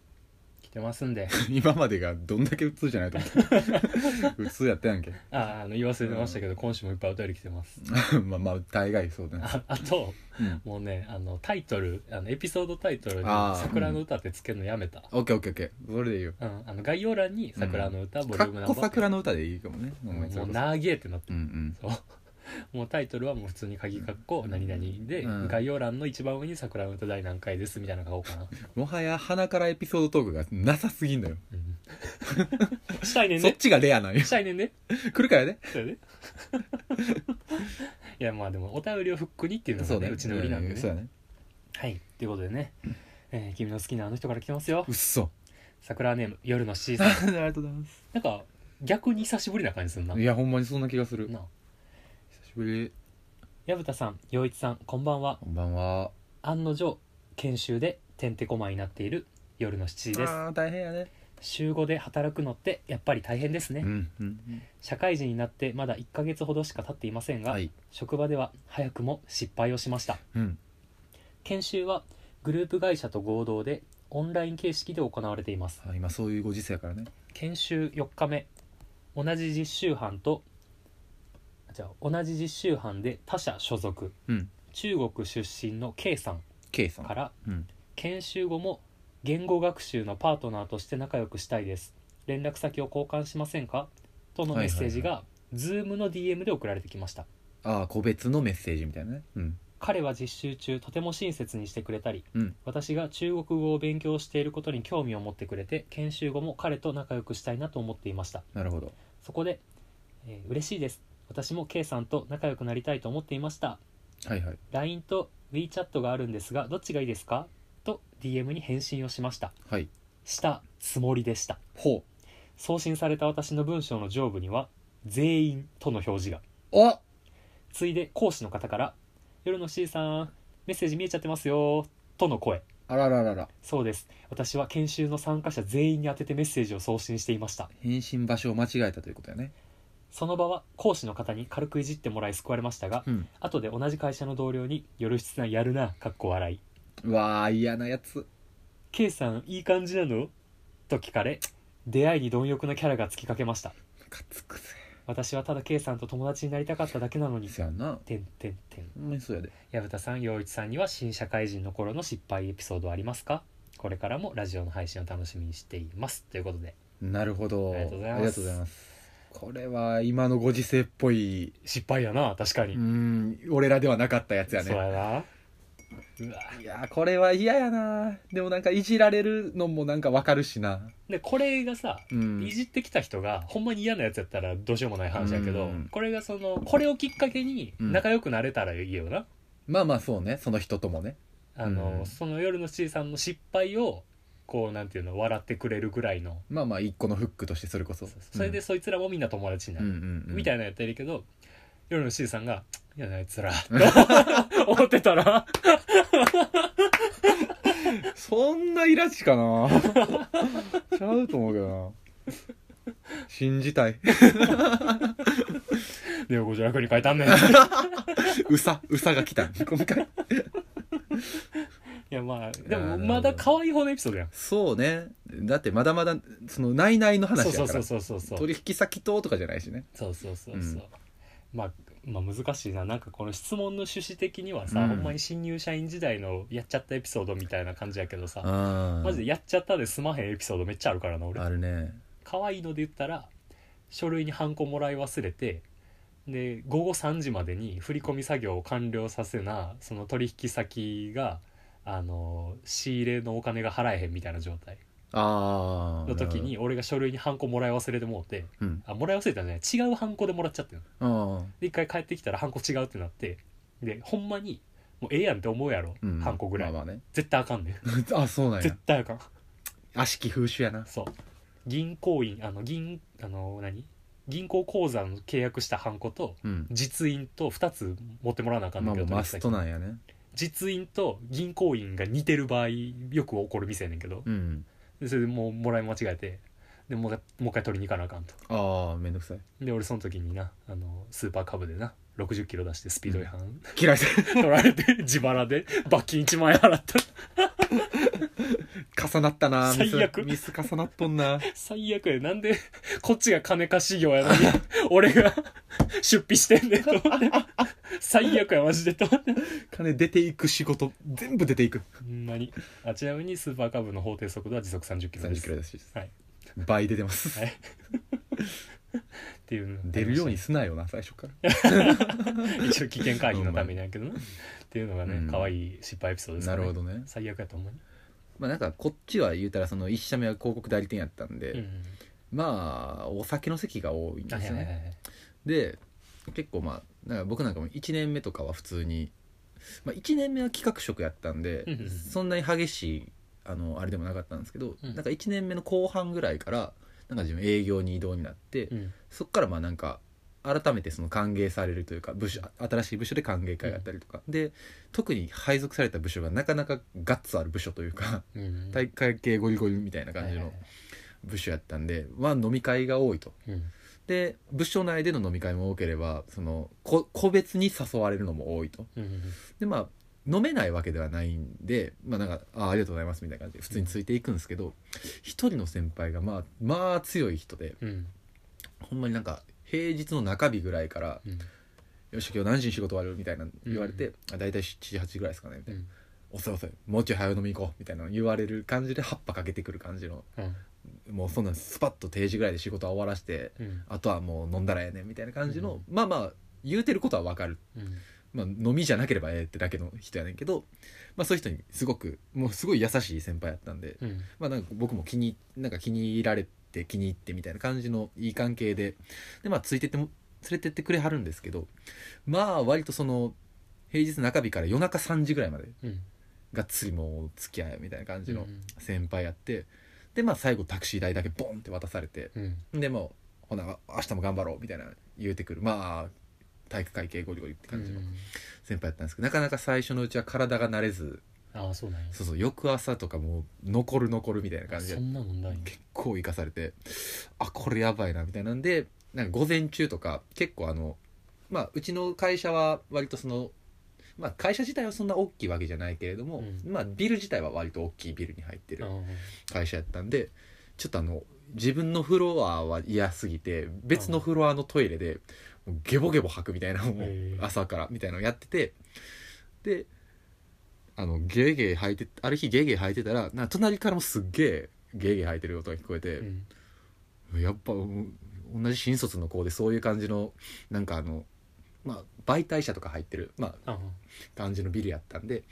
[SPEAKER 1] 来てますんで
[SPEAKER 2] 今までがどんだけ普通じゃないと思って普通やったやんけ
[SPEAKER 1] あああの言わせてましたけど、今週もいっぱいお便り来てます
[SPEAKER 2] まあまあ大概そうだね
[SPEAKER 1] ああと、
[SPEAKER 2] うん
[SPEAKER 1] もうねあのタイトルあのエピソードタイトルに
[SPEAKER 2] あ
[SPEAKER 1] 「
[SPEAKER 2] ー
[SPEAKER 1] 桜の歌」ってつけるのやめた、
[SPEAKER 2] オッケーオッケーオッケーそれでいいよ
[SPEAKER 1] うんあの概要欄に「桜の歌」ボリ
[SPEAKER 2] かっ
[SPEAKER 1] ュームナンバ
[SPEAKER 2] こ
[SPEAKER 1] ー
[SPEAKER 2] 桜の歌でいいかもねお前
[SPEAKER 1] もう
[SPEAKER 2] それこそ
[SPEAKER 1] 長えってなって
[SPEAKER 2] うんうん
[SPEAKER 1] そうもうタイトルはもう普通に鍵括弧何々で、
[SPEAKER 2] うん
[SPEAKER 1] 概要欄の一番上に桜の歌第何回ですみたいなの書こうかな、
[SPEAKER 2] もはや鼻からエピソードトークがなさすぎんのよ。
[SPEAKER 1] うん したいねん
[SPEAKER 2] そっ
[SPEAKER 1] ね
[SPEAKER 2] ちがレアなんよ
[SPEAKER 1] し。たいねんね
[SPEAKER 2] 来るからね。
[SPEAKER 1] そう やねいやまあでもお便りをフックにっていうのがねうちの売りなんで
[SPEAKER 2] う
[SPEAKER 1] ね、
[SPEAKER 2] そう だね。
[SPEAKER 1] はいということでね、えー君の好きなあの人から来てますよ
[SPEAKER 2] うっそ。
[SPEAKER 1] 桜ネーム夜のシーズン
[SPEAKER 2] ありがとうございます。
[SPEAKER 1] なんか逆に久しぶりな感じするない
[SPEAKER 2] や、ほんまにそんな気がする。久
[SPEAKER 1] な
[SPEAKER 2] しぶり。
[SPEAKER 1] 薮田さん陽一さんこんばんは
[SPEAKER 2] こんばんは。
[SPEAKER 1] 案の定研修でてんてこまになっている夜の7時です
[SPEAKER 2] あー大変やね。
[SPEAKER 1] 週5で働くのってやっぱり大変ですね、
[SPEAKER 2] うん。うん
[SPEAKER 1] 社会人になってまだ1ヶ月ほどしか経っていませんが、
[SPEAKER 2] はい。
[SPEAKER 1] 職場では早くも失敗をしました
[SPEAKER 2] うん。
[SPEAKER 1] 研修はグループ会社と合同でオンライン形式で行われています
[SPEAKER 2] あ今そういうご時世やからね。
[SPEAKER 1] 研修4日目同じ実習班とあじゃあ同じ実習班で他社所属、
[SPEAKER 2] うん
[SPEAKER 1] 中国出身の K さん
[SPEAKER 2] K さん。
[SPEAKER 1] から、
[SPEAKER 2] うん
[SPEAKER 1] 研修後も言語学習のパートナーとして仲良くしたいです連絡先を交換しませんかとのメッセージが Zoom の DM で送られてきました
[SPEAKER 2] ああ、個別のメッセージみたいなね。うん。
[SPEAKER 1] 彼は実習中とても親切にしてくれたり、
[SPEAKER 2] うん
[SPEAKER 1] 私が中国語を勉強していることに興味を持ってくれて研修後も彼と仲良くしたいなと思っていました
[SPEAKER 2] なるほど。
[SPEAKER 1] そこで、えー嬉しいです私も K さんと仲良くなりたいと思っていました
[SPEAKER 2] はいはい。
[SPEAKER 1] LINE と WeChat があるんですがどっちがいいですかと DM に返信をしました
[SPEAKER 2] はい。
[SPEAKER 1] したつもりでした
[SPEAKER 2] ほ
[SPEAKER 1] 送信された私の文章の上部には「全員」との表示が
[SPEAKER 2] う。あ
[SPEAKER 1] ついで講師の方から「夜の C さんメッセージ見えちゃってますよ」との声
[SPEAKER 2] あらららら。
[SPEAKER 1] そうです私は研修の参加者全員に宛ててメッセージを送信していました
[SPEAKER 2] 返信場所を間違えたということやね。
[SPEAKER 1] その場は講師の方に軽くいじってもらい救われましたが
[SPEAKER 2] うん。
[SPEAKER 1] 後で同じ会社の同僚に「夜室さんやるな」かっこ笑い
[SPEAKER 2] うわあ、嫌なやつ。
[SPEAKER 1] 「K さんいい感じなの?」と聞かれ出会いに貪欲なキャラがつきかけました
[SPEAKER 2] ムカつくぜ。
[SPEAKER 1] 私はただ K さんと友達になりたかっただけなのに
[SPEAKER 2] そやな。
[SPEAKER 1] てんてんてん
[SPEAKER 2] ほんまにそうやで。
[SPEAKER 1] 薮田さん陽一さんには新社会人の頃の失敗エピソードありますかこれからもラジオの配信を楽しみにしていますということで
[SPEAKER 2] なるほど。
[SPEAKER 1] ありがとうございます
[SPEAKER 2] ありがとうございます。これは今のご時世っぽい、
[SPEAKER 1] 失敗やな確かに、
[SPEAKER 2] うん、俺らではなかったやつや
[SPEAKER 1] そう
[SPEAKER 2] ね。
[SPEAKER 1] やなうわ
[SPEAKER 2] いやー、これは嫌やな。でもなんかいじられるのもなんかわかるしな。
[SPEAKER 1] でこれがさ
[SPEAKER 2] うん
[SPEAKER 1] い。じってきた人がほんまに嫌なやつやったらどうしようもない話やけど、
[SPEAKER 2] うん
[SPEAKER 1] これがそのこれをきっかけに
[SPEAKER 2] うん
[SPEAKER 1] 仲良くなれたらいいよな、
[SPEAKER 2] まあまあそうね。その人ともね。
[SPEAKER 1] あの、
[SPEAKER 2] うん
[SPEAKER 1] その夜のちいさんの失敗をこうなんていうの笑ってくれるぐらいの
[SPEAKER 2] まあまあ一個のフックとしてそれこそ。
[SPEAKER 1] それでそいつらもみんな友達にな
[SPEAKER 2] うん、
[SPEAKER 1] る、
[SPEAKER 2] うんうんうん
[SPEAKER 1] みたいなのやったらいいけど夜の C さんが「いやあいつ ら」と思ってたら
[SPEAKER 2] そんなイラチかなちゃうと思うけどな。信じたい。
[SPEAKER 1] 「ネオ五条楽に書い たんねん」いう
[SPEAKER 2] さ、うさが 来た。今回。
[SPEAKER 1] やまあで
[SPEAKER 2] なる
[SPEAKER 1] も
[SPEAKER 2] ほど
[SPEAKER 1] まだ可愛い方のエピソードやん
[SPEAKER 2] そうね。だってまだまだ、その、内々の話
[SPEAKER 1] そ
[SPEAKER 2] や
[SPEAKER 1] う
[SPEAKER 2] から。
[SPEAKER 1] そうそうそうそうそう
[SPEAKER 2] 取引先等とかじゃないしね。
[SPEAKER 1] そうそうそうそう、
[SPEAKER 2] うん
[SPEAKER 1] まあまあ難しいななんかこの質問の趣旨的にはさ、
[SPEAKER 2] うん
[SPEAKER 1] ほんまに新入社員時代のやっちゃったエピソードみたいな感じやけどさ、
[SPEAKER 2] あ
[SPEAKER 1] マジでやっちゃったで済まへんエピソードめっちゃあるからな俺
[SPEAKER 2] あるね。
[SPEAKER 1] 可愛いので言ったら書類にハンコもらい忘れてで午後3時までに振り込み作業を完了させなその取引先があの仕入れのお金が払えへんみたいな状態
[SPEAKER 2] ああ。
[SPEAKER 1] の時に俺が書類にハンコもらい忘れてもうて
[SPEAKER 2] うん。
[SPEAKER 1] あもらい忘れたんじゃない違うハンコでもらっちゃってんの
[SPEAKER 2] あ
[SPEAKER 1] で一回帰ってきたらハンコ違うってなってでほんまにもうええやんって思うやろ、
[SPEAKER 2] あ。うん。
[SPEAKER 1] ハンコぐらい、
[SPEAKER 2] まあまあね。
[SPEAKER 1] 絶対あかんねん
[SPEAKER 2] あ、そうなん
[SPEAKER 1] 絶
[SPEAKER 2] や。
[SPEAKER 1] 対あかん
[SPEAKER 2] 悪しき風習やな。
[SPEAKER 1] そう銀行員あの銀あの何銀行口座の契約したハンコと
[SPEAKER 2] うん。
[SPEAKER 1] 実印と2つ持ってもらわなあかん
[SPEAKER 2] ま
[SPEAKER 1] ね
[SPEAKER 2] あ
[SPEAKER 1] んけ
[SPEAKER 2] も
[SPEAKER 1] ど
[SPEAKER 2] う、マストなんやね。
[SPEAKER 1] 実印と銀行員が似てる場合よく起こる店やねんけど
[SPEAKER 2] うん。
[SPEAKER 1] でそれでもうもらい間違えてでもう一回もう一回取りに行かなあかんと
[SPEAKER 2] ああ、めんどくさい。
[SPEAKER 1] で俺その時になあのスーパーカブでな60キロ出してスピード違反、
[SPEAKER 2] 嫌い さ。
[SPEAKER 1] 取られて自腹で罰金1万円払った
[SPEAKER 2] 重なったなミス
[SPEAKER 1] 最悪
[SPEAKER 2] ミス重なっとんな。
[SPEAKER 1] 最悪やなんでこっちが金貸し業やのに俺が出費してんねんと思って最悪やマジでと思って
[SPEAKER 2] 金出ていく仕事、全部出ていく。
[SPEAKER 1] ほんまにあちなみにスーパーカブの法定速度は時速30キロで
[SPEAKER 2] 30
[SPEAKER 1] す
[SPEAKER 2] キロですし。
[SPEAKER 1] はい
[SPEAKER 2] 倍出てます。
[SPEAKER 1] はいっっていうのがありました
[SPEAKER 2] 出るようにすなよな最初から
[SPEAKER 1] 一応危険回避のためにやけどなっていうのが
[SPEAKER 2] うん
[SPEAKER 1] ね可愛い失敗エピソードです
[SPEAKER 2] な
[SPEAKER 1] かね
[SPEAKER 2] るほどね
[SPEAKER 1] 最悪やと思うね
[SPEAKER 2] まあなんかこっちは言うたらその1社目は広告代理店やったんで、
[SPEAKER 1] うんうん
[SPEAKER 2] まあお酒の席が多いんで
[SPEAKER 1] はい
[SPEAKER 2] す
[SPEAKER 1] は
[SPEAKER 2] よ
[SPEAKER 1] い
[SPEAKER 2] ね、
[SPEAKER 1] はいはい
[SPEAKER 2] で結構まあなんか僕なんかも1年目とかは普通に、まあ、1年目は企画職やったんで
[SPEAKER 1] うんうんうん
[SPEAKER 2] そんなに激しいあのあれでもなかったんですけど、
[SPEAKER 1] うん
[SPEAKER 2] なんか1年目の後半ぐらいからなんか自分営業に移動になって、
[SPEAKER 1] うん
[SPEAKER 2] そっからまあなんか改めてその歓迎されるというか部署新しい部署で歓迎会があったりとか、で特に配属された部署がなかなかガッツある部署というか
[SPEAKER 1] うん
[SPEAKER 2] 体育会系ゴリゴリみたいな感
[SPEAKER 1] はい
[SPEAKER 2] じ
[SPEAKER 1] は
[SPEAKER 2] の
[SPEAKER 1] いはい
[SPEAKER 2] 部署やったんで、まあ、飲み会が多いと。
[SPEAKER 1] うん
[SPEAKER 2] で部署内での飲み会も多ければそのこ個別に誘われるのも多いと
[SPEAKER 1] うんうん
[SPEAKER 2] でまあ飲めないわけではないんで、まあ、なんかあありがとうございますみたいな感じで普通についていくんですけど一、人の先輩がまあまあ強い人で
[SPEAKER 1] うん
[SPEAKER 2] ほんまになんか平日の中日ぐらいから
[SPEAKER 1] うん
[SPEAKER 2] 「よし今日何時に仕事終わる?」みたいな言わ
[SPEAKER 1] う
[SPEAKER 2] れて「あ大体78ぐらいですかね」みた
[SPEAKER 1] う
[SPEAKER 2] いな
[SPEAKER 1] ん
[SPEAKER 2] 「遅い遅いもうちょい早う飲み行こう」みたいなの言われる感じで葉っぱかけてくる感じの
[SPEAKER 1] うん
[SPEAKER 2] もうそんなんスパッと定時ぐらいで仕事は終わらして
[SPEAKER 1] うん
[SPEAKER 2] あとはもう飲んだらええねんみたいな感じの、
[SPEAKER 1] うん
[SPEAKER 2] まあまあ言うてることはわかる、
[SPEAKER 1] うん
[SPEAKER 2] まあ、飲みじゃなければええってだけの人やねんけど、まあ、そういう人にすごくもうすごい優しい先輩やったんで、
[SPEAKER 1] うん
[SPEAKER 2] まあ、なんか僕も気になんか気に入られて気に入ってみたいな感じのいい関係でで、まあ、ついてっても連れてってくれはるんですけどまあ割とその平日中日から夜中3時ぐらいまで
[SPEAKER 1] うん
[SPEAKER 2] がっつりもう付き合いみたいな感じ
[SPEAKER 1] う
[SPEAKER 2] の
[SPEAKER 1] ん
[SPEAKER 2] 先輩やってでまあ最後タクシー代だけボンって渡されて。
[SPEAKER 1] うん
[SPEAKER 2] でもうほな明日も頑張ろうみたいな言うてくるまあ体育会系ゴリゴリって感じの
[SPEAKER 1] うん
[SPEAKER 2] 先輩やったんですけど、なかなか最初のうちは体が慣れず
[SPEAKER 1] ああそうなんや
[SPEAKER 2] そうそう翌朝とかもう残る残るみたいな感じ
[SPEAKER 1] そ
[SPEAKER 2] で
[SPEAKER 1] んなもんない
[SPEAKER 2] 結構生かされてあこれやばいなみたいなんでなんか午前中とか結構あのまあうちの会社は割とそのまあ会社自体はそんな大きいわけじゃないけれども、
[SPEAKER 1] うん
[SPEAKER 2] まあビル自体は割と大きいビルに入ってる
[SPEAKER 1] うん
[SPEAKER 2] 会社やったんでちょっとあの自分のフロアは嫌すぎて別のフロアのトイレでもうゲボゲボ吐くみたいなのを
[SPEAKER 1] へー
[SPEAKER 2] 朝からみたいなのをやっててであのゲーゲー吐いてある日ゲーゲー吐いてたらなんか隣からもすっげえゲーゲー吐いてる音が聞こえて
[SPEAKER 1] う、ん
[SPEAKER 2] やっぱうん同じ新卒の子でそういう感じのなんかあのまあ媒体者とか入ってるま
[SPEAKER 1] あ
[SPEAKER 2] あ
[SPEAKER 1] あ
[SPEAKER 2] 感じのビルやったんで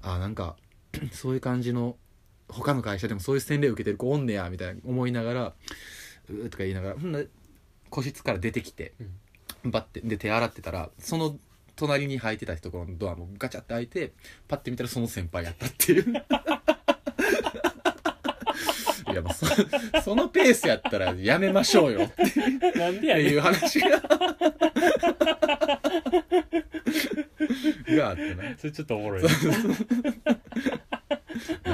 [SPEAKER 2] あーなんか そういう感じの他の会社でもそういう洗礼を受けてる子おんねやみたいな思いながらうーとか言いながらほんな個室から出てきて、バッてで手洗ってたらその隣に入ってた人このドアもガチャって開いてパッて見たらその先輩やったっていう いやまあそそのペースやったらやめましょうよって
[SPEAKER 1] なんでや
[SPEAKER 2] い
[SPEAKER 1] ねん
[SPEAKER 2] う話が があってな
[SPEAKER 1] それちょっとおもろいな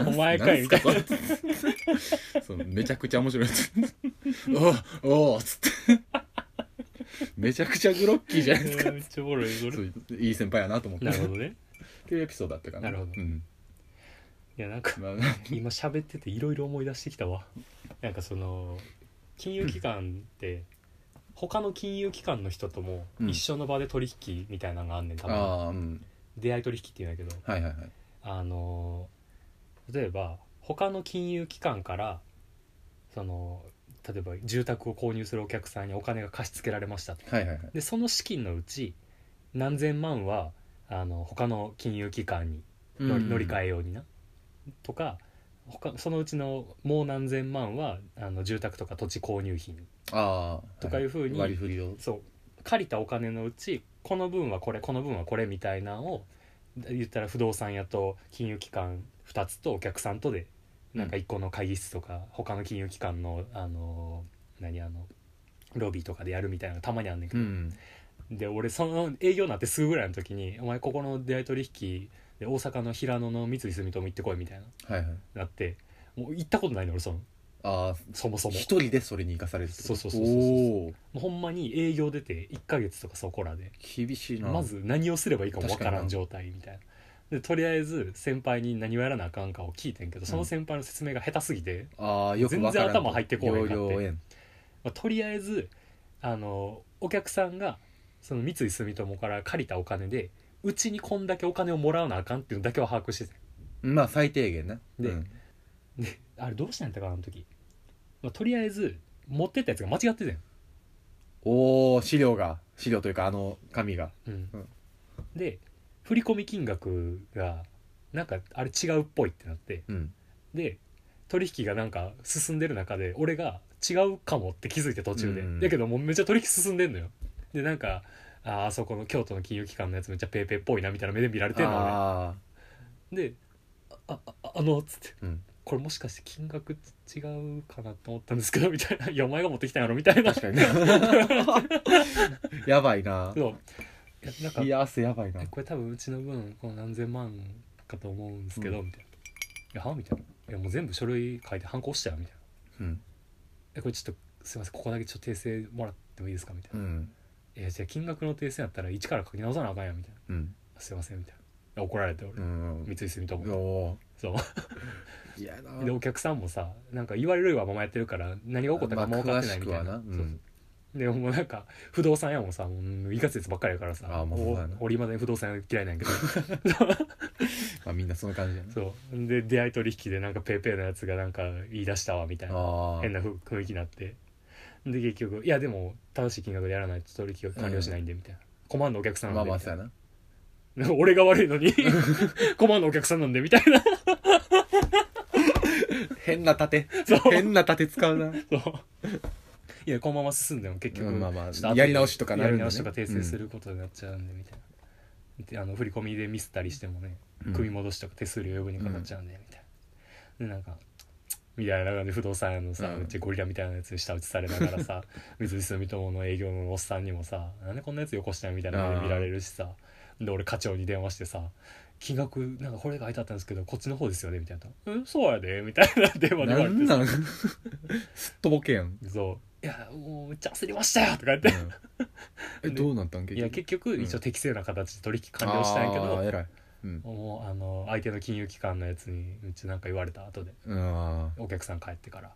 [SPEAKER 1] お前かいみたいな
[SPEAKER 2] なんすかそれそのめちゃくちゃ面白いやつおおおっつってめちゃくちゃグロッキーじゃないですか
[SPEAKER 1] めっちゃおもろいそれ
[SPEAKER 2] そういい先輩やなと思って
[SPEAKER 1] なるほどね
[SPEAKER 2] っていうエピソードだったかな
[SPEAKER 1] なるほど
[SPEAKER 2] うん
[SPEAKER 1] いやなんか
[SPEAKER 2] まあ、
[SPEAKER 1] 今喋ってていろいろ思い出してきたわなんかその金融機関って他の金融機関の人とも
[SPEAKER 2] うん
[SPEAKER 1] 一緒の場で取引みたいなのがあんねん多分、
[SPEAKER 2] あーうん
[SPEAKER 1] 出会い取引っていうんやけど
[SPEAKER 2] はいはいはい
[SPEAKER 1] あの例えば他の金融機関からその例えば住宅を購入するお客さんにお金が貸し付けられましたと
[SPEAKER 2] はいはいはい
[SPEAKER 1] でその資金のうち何千万はあの他の金融機関に乗り乗り換え
[SPEAKER 2] え
[SPEAKER 1] ようにな、とか他そのうちのもう何千万はあの住宅とか土地購入費に
[SPEAKER 2] ああ
[SPEAKER 1] とかいうふうに
[SPEAKER 2] 割り振りを
[SPEAKER 1] そう借りたお金のうちこの分はこれこの分はこれみたいなのを言ったら不動産屋と金融機関2つとお客さんとでなんか1個の会議室とか、他の金融機関のあの何あのロビーとかでやるみたいなのがたまにあんねんけ
[SPEAKER 2] う
[SPEAKER 1] ど、
[SPEAKER 2] ん
[SPEAKER 1] で俺その営業になってすぐぐらいの時に「お前ここの出会い取引で大阪の平野の三井住友行ってこい」みたいな
[SPEAKER 2] はいはい
[SPEAKER 1] なってもう行ったことないの俺その
[SPEAKER 2] ああ
[SPEAKER 1] そもそも
[SPEAKER 2] 一人でそれに生かされるってこと
[SPEAKER 1] そうそうそうそうそう
[SPEAKER 2] おお
[SPEAKER 1] もうほんまに営業出て1ヶ月とかそこらで
[SPEAKER 2] 厳しいな
[SPEAKER 1] まず何をすればいいかもわから
[SPEAKER 2] 確かになん
[SPEAKER 1] 状態みたいな。でとりあえず先輩に何をやらなあかんかを聞いてんけどその先輩の説明が下手すぎて、
[SPEAKER 2] ああよくわから
[SPEAKER 1] 全
[SPEAKER 2] ん
[SPEAKER 1] 然頭入ってこうへんかって
[SPEAKER 2] 要領円
[SPEAKER 1] まあ、とりあえずあのお客さんがその三井住友から借りたお金でうちにこんだけお金をもらわなあかんっていうのだけは把握してて
[SPEAKER 2] まあ最低限な
[SPEAKER 1] で
[SPEAKER 2] うん
[SPEAKER 1] であれどうしたんやったかなあの時、まあ、とりあえず持ってったやつが間違っててん
[SPEAKER 2] おお資料が資料というかあの紙が
[SPEAKER 1] うん
[SPEAKER 2] うん
[SPEAKER 1] で振込金額がなんかあれ違うっぽいってなって
[SPEAKER 2] うん
[SPEAKER 1] で取引がなんか進んでる中で俺が違うかもって気づいて途中で、
[SPEAKER 2] うん
[SPEAKER 1] だけどもうめっちゃ取引進んでんのよでなんかあーあそこの京都の金融機関のやつめっちゃペーペーっぽいなみたいな目で見られてんの俺
[SPEAKER 2] あ
[SPEAKER 1] で「ああああの」っつって、
[SPEAKER 2] うん
[SPEAKER 1] これもしかして金額違うかなと思ったんですけど」みたいな「 いやお前が持ってきたんやろ」みたいな
[SPEAKER 2] あ確 かにねやばいな
[SPEAKER 1] そういやなんか
[SPEAKER 2] 冷や汗やばいな
[SPEAKER 1] えこれ多分うちの分この何千万かと思うんですけど、みたいな「いやは?」みたいな「いやもう全部書類書いて反抗したよ」みたいな
[SPEAKER 2] うん
[SPEAKER 1] 「えこれちょっとすいませんここだけちょっと訂正もらってもいいですか?」みたいうな「
[SPEAKER 2] ん
[SPEAKER 1] いやじゃあ金額の訂正やったら一から書き直さなあかんや」みたいな
[SPEAKER 2] うん
[SPEAKER 1] 「すいません」みたいな「いや怒られて俺、
[SPEAKER 2] うん
[SPEAKER 1] 三井住友」
[SPEAKER 2] お
[SPEAKER 1] そう
[SPEAKER 2] ーいやな
[SPEAKER 1] でお客さんもさなんか言われるがままやってるから何が起こったかも分かってないみたいな,、
[SPEAKER 2] まあ詳しくはな
[SPEAKER 1] そ
[SPEAKER 2] うん
[SPEAKER 1] うそうでもうなんか不動産屋もさもういかつやつばっかりやからさ
[SPEAKER 2] あーまあそうだよな
[SPEAKER 1] お俺いまだに不動産屋嫌いなんやけ ど
[SPEAKER 2] まあみんなその感じやな
[SPEAKER 1] そうで出会い取引でなんかペーペーのやつがなんか言い出したわみたいな
[SPEAKER 2] あ
[SPEAKER 1] 変
[SPEAKER 2] ー
[SPEAKER 1] なふ雰囲気になってで結局「いやでも正しい金額でやらないと取引が完了しないんで」みたいな「コマンドお客さん
[SPEAKER 2] ま
[SPEAKER 1] な
[SPEAKER 2] あ
[SPEAKER 1] んで」
[SPEAKER 2] まあ
[SPEAKER 1] み
[SPEAKER 2] そ
[SPEAKER 1] た
[SPEAKER 2] う
[SPEAKER 1] い
[SPEAKER 2] や
[SPEAKER 1] な 「
[SPEAKER 2] な
[SPEAKER 1] 俺が悪いのにコマンドお客さんなんで」みたいな
[SPEAKER 2] 変な盾
[SPEAKER 1] そう
[SPEAKER 2] 変な盾使うな
[SPEAKER 1] そう いやこのまま進んでも結局、
[SPEAKER 2] うんまあまあ
[SPEAKER 1] ちょっと後で
[SPEAKER 2] やり直しとかなるん
[SPEAKER 1] や
[SPEAKER 2] で
[SPEAKER 1] り
[SPEAKER 2] ね
[SPEAKER 1] 直しとか訂正することになっちゃうんで、みたいなであの振り込みでミスったりしてもね、
[SPEAKER 2] うん
[SPEAKER 1] 組み戻しとか手数料余分にかかっちゃうんで、みたいなでなんかみたいな感じで不動産屋のさ、
[SPEAKER 2] うん
[SPEAKER 1] めっちゃゴリラみたいなやつに下打ちされながら さ三井住友の営業のおっさんにもさ「なんでこんなやつよこしたんみたいな目で見られるしさで俺課長に電話してさ「金額なんかこれが書いてあったんですけどこっちの方ですよね」みたいな「うんそうやで」みたいな電話で言わ
[SPEAKER 2] な
[SPEAKER 1] れて
[SPEAKER 2] ん
[SPEAKER 1] さ
[SPEAKER 2] なん すっとぼ けやん
[SPEAKER 1] そう「いやもうめっちゃ焦りましたよ」とか言って、
[SPEAKER 2] えどうなったん結
[SPEAKER 1] いや結局一応適正な形で取引完了したんやけど
[SPEAKER 2] あ、ー偉いうん
[SPEAKER 1] もうあの相手の金融機関のやつにうちなんか言われた後で
[SPEAKER 2] うんあ
[SPEAKER 1] お客さん帰ってから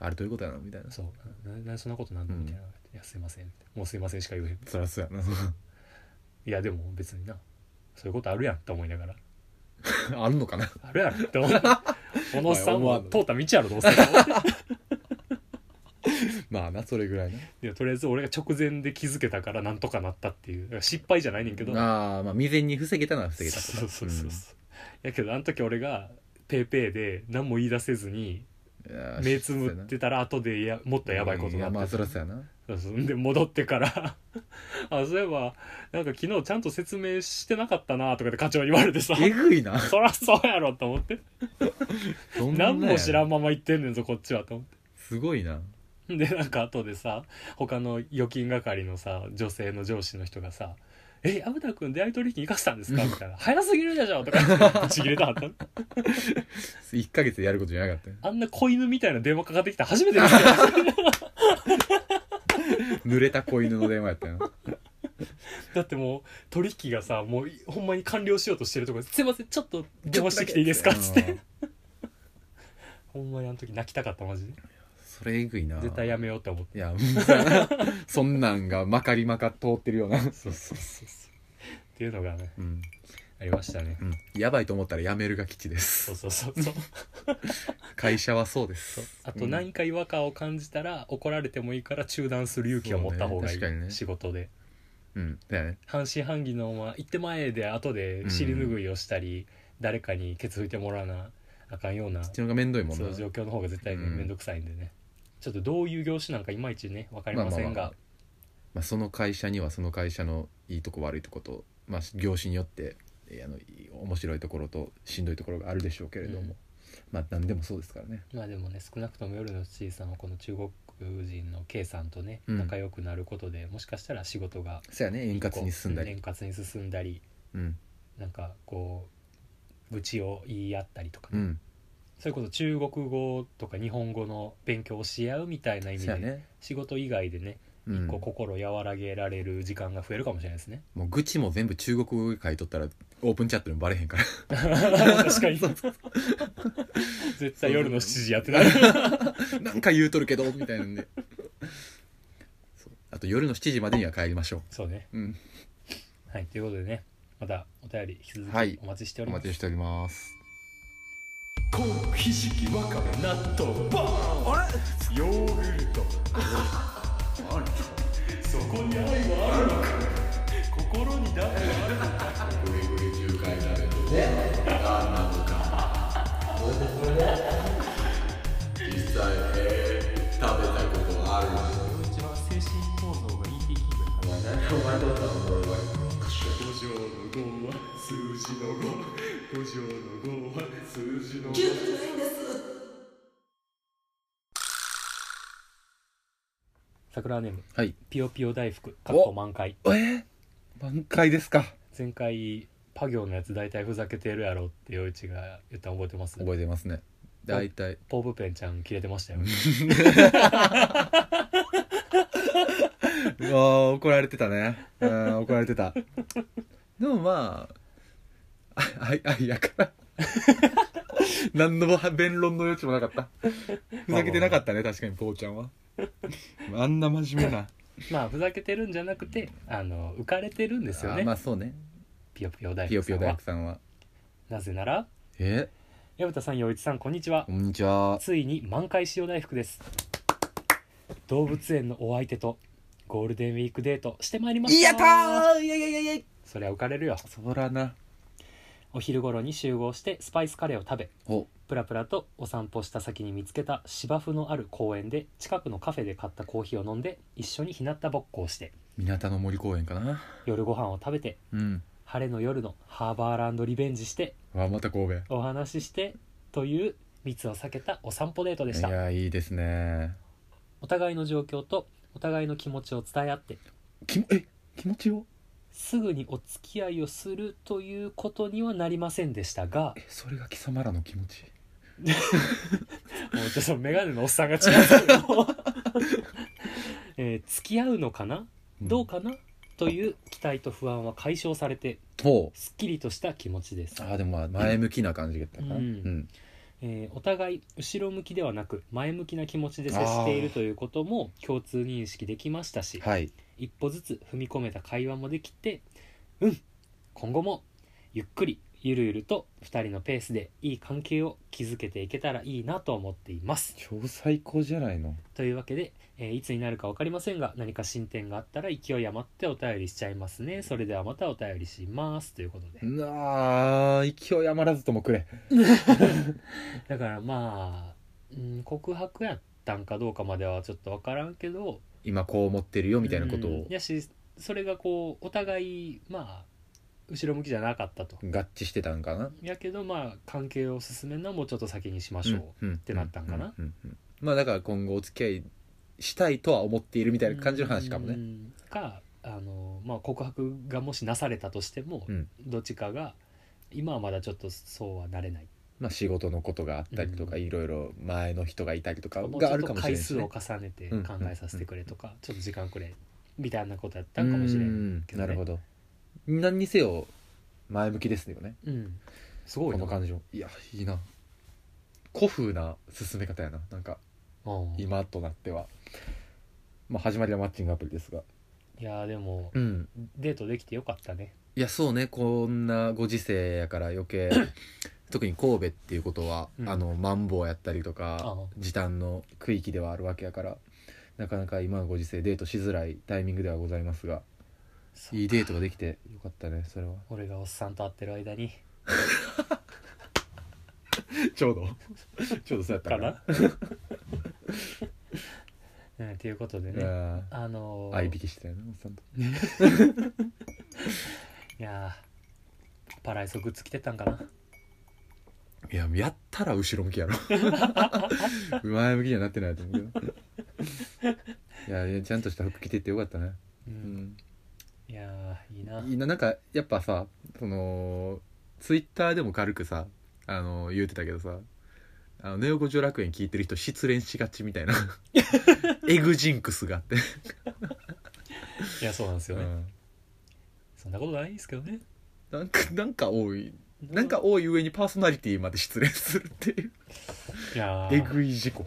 [SPEAKER 2] ーあれどういうことやなみたいな
[SPEAKER 1] 「そうななそんなことなんだ」みたいな「いやすいません」みたいなもうすいません」しか言えへん
[SPEAKER 2] そりゃそうやな
[SPEAKER 1] いやでも別になそういうことあるやんと思いながら
[SPEAKER 2] あんのかな
[SPEAKER 1] あるやろって思って小野さん
[SPEAKER 2] まあ思わ
[SPEAKER 1] は
[SPEAKER 2] ぬ
[SPEAKER 1] 通った道やろどう せい
[SPEAKER 2] まあなそれぐらいな
[SPEAKER 1] やとりあえず俺が直前で気づけたからなんとかなったっていうだから失敗じゃないねんけど
[SPEAKER 2] ああまあ未然に防げたのは防げたことだ
[SPEAKER 1] そうそうそうそう、やけどあの時俺がペイペイで何も言い出せずに
[SPEAKER 2] うんいやー
[SPEAKER 1] 目つぶってたら後でやもっとやばいことにな
[SPEAKER 2] やまあ
[SPEAKER 1] って
[SPEAKER 2] そ
[SPEAKER 1] て
[SPEAKER 2] りゃそうやな
[SPEAKER 1] そうそうで戻ってから あそういえばなんか昨日ちゃんと説明してなかったなとかで課長に言われてさ
[SPEAKER 2] えぐい な
[SPEAKER 1] そらそうやろと思って
[SPEAKER 2] どんな
[SPEAKER 1] 何
[SPEAKER 2] んや
[SPEAKER 1] も知らんまま言ってんねんぞこっちはと思って
[SPEAKER 2] すごいな
[SPEAKER 1] でなんか後でさ他の預金係のさ女性の上司の人がさ「え薮田君出会い取引行かせたんですか?」みたいな「早すぎるでしょ」とか言ってブチ切れたはったの
[SPEAKER 2] 1ヶ月でやることじゃなかったよ
[SPEAKER 1] あんな子犬みたいな電話かかってきたの初めてですよ。
[SPEAKER 2] 濡れた子犬の電話やったよな
[SPEAKER 1] だってもう取引がさ、もうほんまに完了しようとしてるところですいません、ちょっと 電話してきていいですかっつって。ほんまにあの時泣きたかった、マジで。
[SPEAKER 2] それえぐいな
[SPEAKER 1] 絶対やめようって思って。
[SPEAKER 2] いや、 うんそうやなそんなんがまかりまか通ってるような。
[SPEAKER 1] そうそうそうそう。っていうのがね、
[SPEAKER 2] うん。
[SPEAKER 1] ありましたね
[SPEAKER 2] う。ん。やばいと思ったらやめるが吉で
[SPEAKER 1] そ
[SPEAKER 2] す
[SPEAKER 1] う。そうそうそう。
[SPEAKER 2] 会社はそうです。
[SPEAKER 1] あと何か違和感を感じたら怒られてもいいから中断する勇気を持った方がい
[SPEAKER 2] そうね確かにね
[SPEAKER 1] い。仕事で。
[SPEAKER 2] うん。うん。だよね。
[SPEAKER 1] 半信半疑のまま行って前で後で尻拭いをしたり、誰かにケツ拭いてもらわなあかんような
[SPEAKER 2] そっちの方がめんどいもん
[SPEAKER 1] そ
[SPEAKER 2] な。
[SPEAKER 1] う状況の方が絶対
[SPEAKER 2] うん
[SPEAKER 1] 面倒くさいんでね、ちょっとどういう業種なんかいまいちね分かりません
[SPEAKER 2] まあまあまあ
[SPEAKER 1] が
[SPEAKER 2] まあ、その会社にはその会社のいいとこ悪いとこと、まあ、業種によって、えーあの、い面白いところとしんどいところがあるでしょうけれど
[SPEAKER 1] う
[SPEAKER 2] も。
[SPEAKER 1] ん
[SPEAKER 2] まあ、何でもそうですからね。
[SPEAKER 1] まあでもね少なくとも夜のちいさんはこの中国人の K さんとね
[SPEAKER 2] うん
[SPEAKER 1] 仲良くなることで、もしかしたら仕事が
[SPEAKER 2] そうやね。円滑に進んだ
[SPEAKER 1] う
[SPEAKER 2] り。
[SPEAKER 1] 円滑に進んだり
[SPEAKER 2] うん。
[SPEAKER 1] なんかこう愚痴を言い合ったりとか、
[SPEAKER 2] うん。
[SPEAKER 1] それこそ中国語とか日本語の勉強をし合うみたいな意味
[SPEAKER 2] そうや
[SPEAKER 1] で、
[SPEAKER 2] ね。
[SPEAKER 1] 仕事以外でね
[SPEAKER 2] うん。
[SPEAKER 1] こう心和らげられる時間が増えるかもしれないですね
[SPEAKER 2] もう愚痴も全部中国語で書いとったら、オープンチャットでもバレへんから。
[SPEAKER 1] 確かに絶対夜の7時やってなる
[SPEAKER 2] なんか言うとるけどみたいなんでそうあと夜の7時までには帰りましょ
[SPEAKER 1] そうね
[SPEAKER 2] う、うん、
[SPEAKER 1] はい、ということでね、またお便り引き続
[SPEAKER 2] はい
[SPEAKER 1] きお待ちしてお
[SPEAKER 2] お
[SPEAKER 1] ります。
[SPEAKER 2] 待ちしております
[SPEAKER 3] 納豆バーンあれヨーグルト
[SPEAKER 1] そこに愛はあるのか心にだってあるのか一番精神構造が ET キングか桜ネーム
[SPEAKER 2] はい
[SPEAKER 1] ピヨピヨ大福かっこ満開
[SPEAKER 2] えー、満開ですか
[SPEAKER 1] 前回パ行のやつ大体ふざけてるやろって陽一が言ったの覚えてます
[SPEAKER 2] 覚えてますね大体
[SPEAKER 1] ポーブペンちゃん切れてましたよ
[SPEAKER 2] うわー怒られてたねうん怒られてたでもまあああいやから何の弁論の余地もなかったふざけてなかったね確かにポーちゃんはあんな真面目な
[SPEAKER 1] まあふざけてるんじゃなくてあの浮かれてるんですよね、
[SPEAKER 2] あまあそうね
[SPEAKER 1] ピヨピヨ大
[SPEAKER 2] ピヨ
[SPEAKER 1] 福さ
[SPEAKER 2] ピヨ
[SPEAKER 1] ん
[SPEAKER 2] 大
[SPEAKER 1] は
[SPEAKER 2] 工さんは
[SPEAKER 1] なぜなら
[SPEAKER 2] え
[SPEAKER 1] 矢田さん陽一さんこんにちは
[SPEAKER 2] こんにちは
[SPEAKER 1] ついに満開塩大福です動物園のお相手とゴールデンウィークデートしてまいりました
[SPEAKER 2] やったーいやいやいやいや
[SPEAKER 1] そりゃ浮かれるよ
[SPEAKER 2] そらな
[SPEAKER 1] お昼頃に集合してスパイスカレーを食べ
[SPEAKER 2] お
[SPEAKER 1] プラプラとお散歩した先に見つけた芝生のある公園で近くのカフェで買ったコーヒーを飲んで一緒に日向ぼっこをして
[SPEAKER 2] 港の森公園かな
[SPEAKER 1] 夜ご飯を食べて
[SPEAKER 2] うん
[SPEAKER 1] 晴れの夜のハーバーランドリベンジして
[SPEAKER 2] わまた神戸
[SPEAKER 1] お話ししてという密を避けたお散歩デートでし
[SPEAKER 2] い
[SPEAKER 1] た
[SPEAKER 2] やいいですね
[SPEAKER 1] お互いの状況とお互いの気持ちを伝え合って
[SPEAKER 2] きもえ気持ちよ
[SPEAKER 1] すぐにお付き合いをするということにはなりませんでした が
[SPEAKER 2] えそれが貴様らの気持ち
[SPEAKER 1] もうちょっとメガネのおっさんが違うけど、 えー付き合うのかなどうかな、という期待と不安は解消されて
[SPEAKER 2] と
[SPEAKER 1] すっきりとした気持ちです、
[SPEAKER 2] あーでもまあ前向きな感じだったかな
[SPEAKER 1] うん
[SPEAKER 2] うん
[SPEAKER 1] えーお互い後ろ向きではなく前向きな気持ちで接しているということも共通認識できましたし
[SPEAKER 2] はい
[SPEAKER 1] 一歩ずつ踏み込めた会話もできてうん今後もゆっくりゆるゆると2人のペースでいい関係を築けていけたらいいなと思っています
[SPEAKER 2] 超最高じゃないの
[SPEAKER 1] というわけで、えーいつになるか分かりませんが何か進展があったら勢い余ってお便りしちゃいますねそれではまたお便りしますということで
[SPEAKER 2] なあ勢い余らずともくれ
[SPEAKER 1] だからまあ、うん、告白やったんかどうかまではちょっと分からんけど
[SPEAKER 2] 今こう思ってるよみたいなこと
[SPEAKER 1] うん
[SPEAKER 2] を
[SPEAKER 1] やしそれがこうお互いまあ後ろ向きじゃなかったと
[SPEAKER 2] 合致してたんかな
[SPEAKER 1] やけどまあ関係を進めるのはもうちょっと先にしましょう、
[SPEAKER 2] うん
[SPEAKER 1] てなったんかな
[SPEAKER 2] うんうんうんまあだから今後お付き合いしたいとは思っているみたいな感じの話かも
[SPEAKER 1] う
[SPEAKER 2] ね
[SPEAKER 1] んかあの、まあ、告白がもしなされたとしても、
[SPEAKER 2] うん
[SPEAKER 1] どっちかが今はまだちょっとそうはなれない
[SPEAKER 2] まあ仕事のことがあったりとか
[SPEAKER 1] うん
[SPEAKER 2] いろいろ前の人がいたりとか
[SPEAKER 1] もうち
[SPEAKER 2] が
[SPEAKER 1] ょ
[SPEAKER 2] あ
[SPEAKER 1] っ
[SPEAKER 2] る
[SPEAKER 1] と
[SPEAKER 2] かもしれ
[SPEAKER 1] 回
[SPEAKER 2] ないし
[SPEAKER 1] 数を重
[SPEAKER 2] ね
[SPEAKER 1] ねて
[SPEAKER 2] うん
[SPEAKER 1] 考えさせてくれとか、ちょっと時間くれみたいなことやったんかもしれんけど、ね、
[SPEAKER 2] なるほど何にせよ前向きですよね
[SPEAKER 1] うん、すご
[SPEAKER 2] こ
[SPEAKER 1] いな
[SPEAKER 2] の感じもいやいいな古風な進め方やななんか
[SPEAKER 1] うんい
[SPEAKER 2] 今となってはまあ始まりはマッチングアプリですが
[SPEAKER 1] やでも
[SPEAKER 2] うん
[SPEAKER 1] デートできてよかったね
[SPEAKER 2] いやそうねこんなご時世やから余 計特に神戸っていうことは、
[SPEAKER 1] うん
[SPEAKER 2] あのマンボウやったりと
[SPEAKER 1] ああ
[SPEAKER 2] か時短の区域ではあるわけやからなかなか今のご時世デートしづらいタイミングではございますがいいデートができてよかったねそれは
[SPEAKER 1] 俺がおっさんと会ってる間に
[SPEAKER 2] ちょうど ちょうどそうやった
[SPEAKER 1] か
[SPEAKER 2] か
[SPEAKER 1] な
[SPEAKER 2] な
[SPEAKER 1] うんということで
[SPEAKER 2] いや
[SPEAKER 1] ね
[SPEAKER 2] ー
[SPEAKER 1] あのー
[SPEAKER 2] 合いびきしたよねおっさんと
[SPEAKER 1] いやーパライソグッズ着てたんかない
[SPEAKER 2] ややったら後ろ向きや ろ前向きにはなってないと思うけどいやいやちゃんとした服着てってよかったね
[SPEAKER 1] う
[SPEAKER 2] うんん
[SPEAKER 1] いやーいいない
[SPEAKER 2] いななんかやっぱさそのツイッターでも軽くさあの言うてたけどさあのネオ五条楽園聞いてる人失恋しがちみた いなエグジンクスがあって、
[SPEAKER 1] いやそうなんですよね、
[SPEAKER 2] うん
[SPEAKER 1] そんなことないですけどね
[SPEAKER 2] なんかなんか多いなんか多い上にパーソナリティまで失恋するっていう
[SPEAKER 1] いやー
[SPEAKER 2] えぐい事故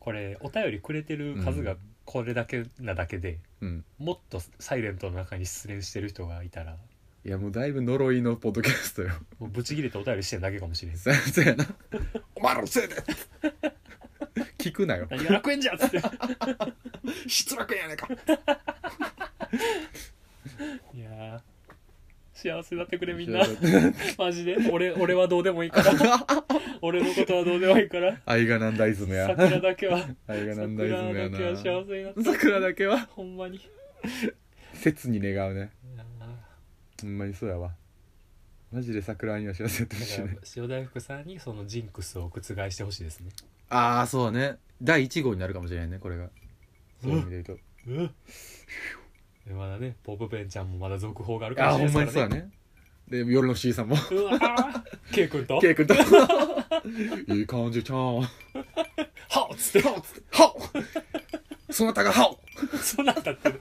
[SPEAKER 1] これお便りくれてる数がこれだけなだけで、
[SPEAKER 2] うん
[SPEAKER 1] もっとサイレントの中に失恋してる人がいたら
[SPEAKER 2] いやもうだいぶ呪いのポッドキャストよ
[SPEAKER 1] もうブチギレてお便りしてるだけかもしれ ん
[SPEAKER 2] そやそやなお前らのせいで聞くなよ
[SPEAKER 1] 何が楽園じゃっつって
[SPEAKER 2] 失楽園やねんか
[SPEAKER 1] 幸せになってくれみんなマジで俺俺はどうでもいい から俺のことはどうでもいいから
[SPEAKER 2] 愛がなんだイズムや
[SPEAKER 1] 桜だけは
[SPEAKER 2] 愛がなんだイズ
[SPEAKER 1] 桜
[SPEAKER 2] ムや
[SPEAKER 1] だけは
[SPEAKER 2] な
[SPEAKER 1] 幸せになって
[SPEAKER 2] 桜だけは
[SPEAKER 1] ほんまに
[SPEAKER 2] 切に願うねほんまにそうやわマジで桜には幸せやってほしい
[SPEAKER 1] だか
[SPEAKER 2] ね
[SPEAKER 1] ら塩大福さんにそのジンクスを覆してほしいですね
[SPEAKER 2] ああそうね第1号になるかもしれないねこれがそういう意味で言う
[SPEAKER 1] でまだねポップペンちゃんもまだ続報がある
[SPEAKER 2] と
[SPEAKER 1] か
[SPEAKER 2] ああ
[SPEAKER 1] もし
[SPEAKER 2] ほ
[SPEAKER 1] れ
[SPEAKER 2] んま
[SPEAKER 1] ない
[SPEAKER 2] に
[SPEAKER 1] ですからね
[SPEAKER 2] そうやねで夜の C さんも
[SPEAKER 1] うわー K 君と
[SPEAKER 2] K 君 といい感じちゃん
[SPEAKER 1] ハオっつってハオっつって
[SPEAKER 2] ハオそなたがハオ
[SPEAKER 1] そうなんだってね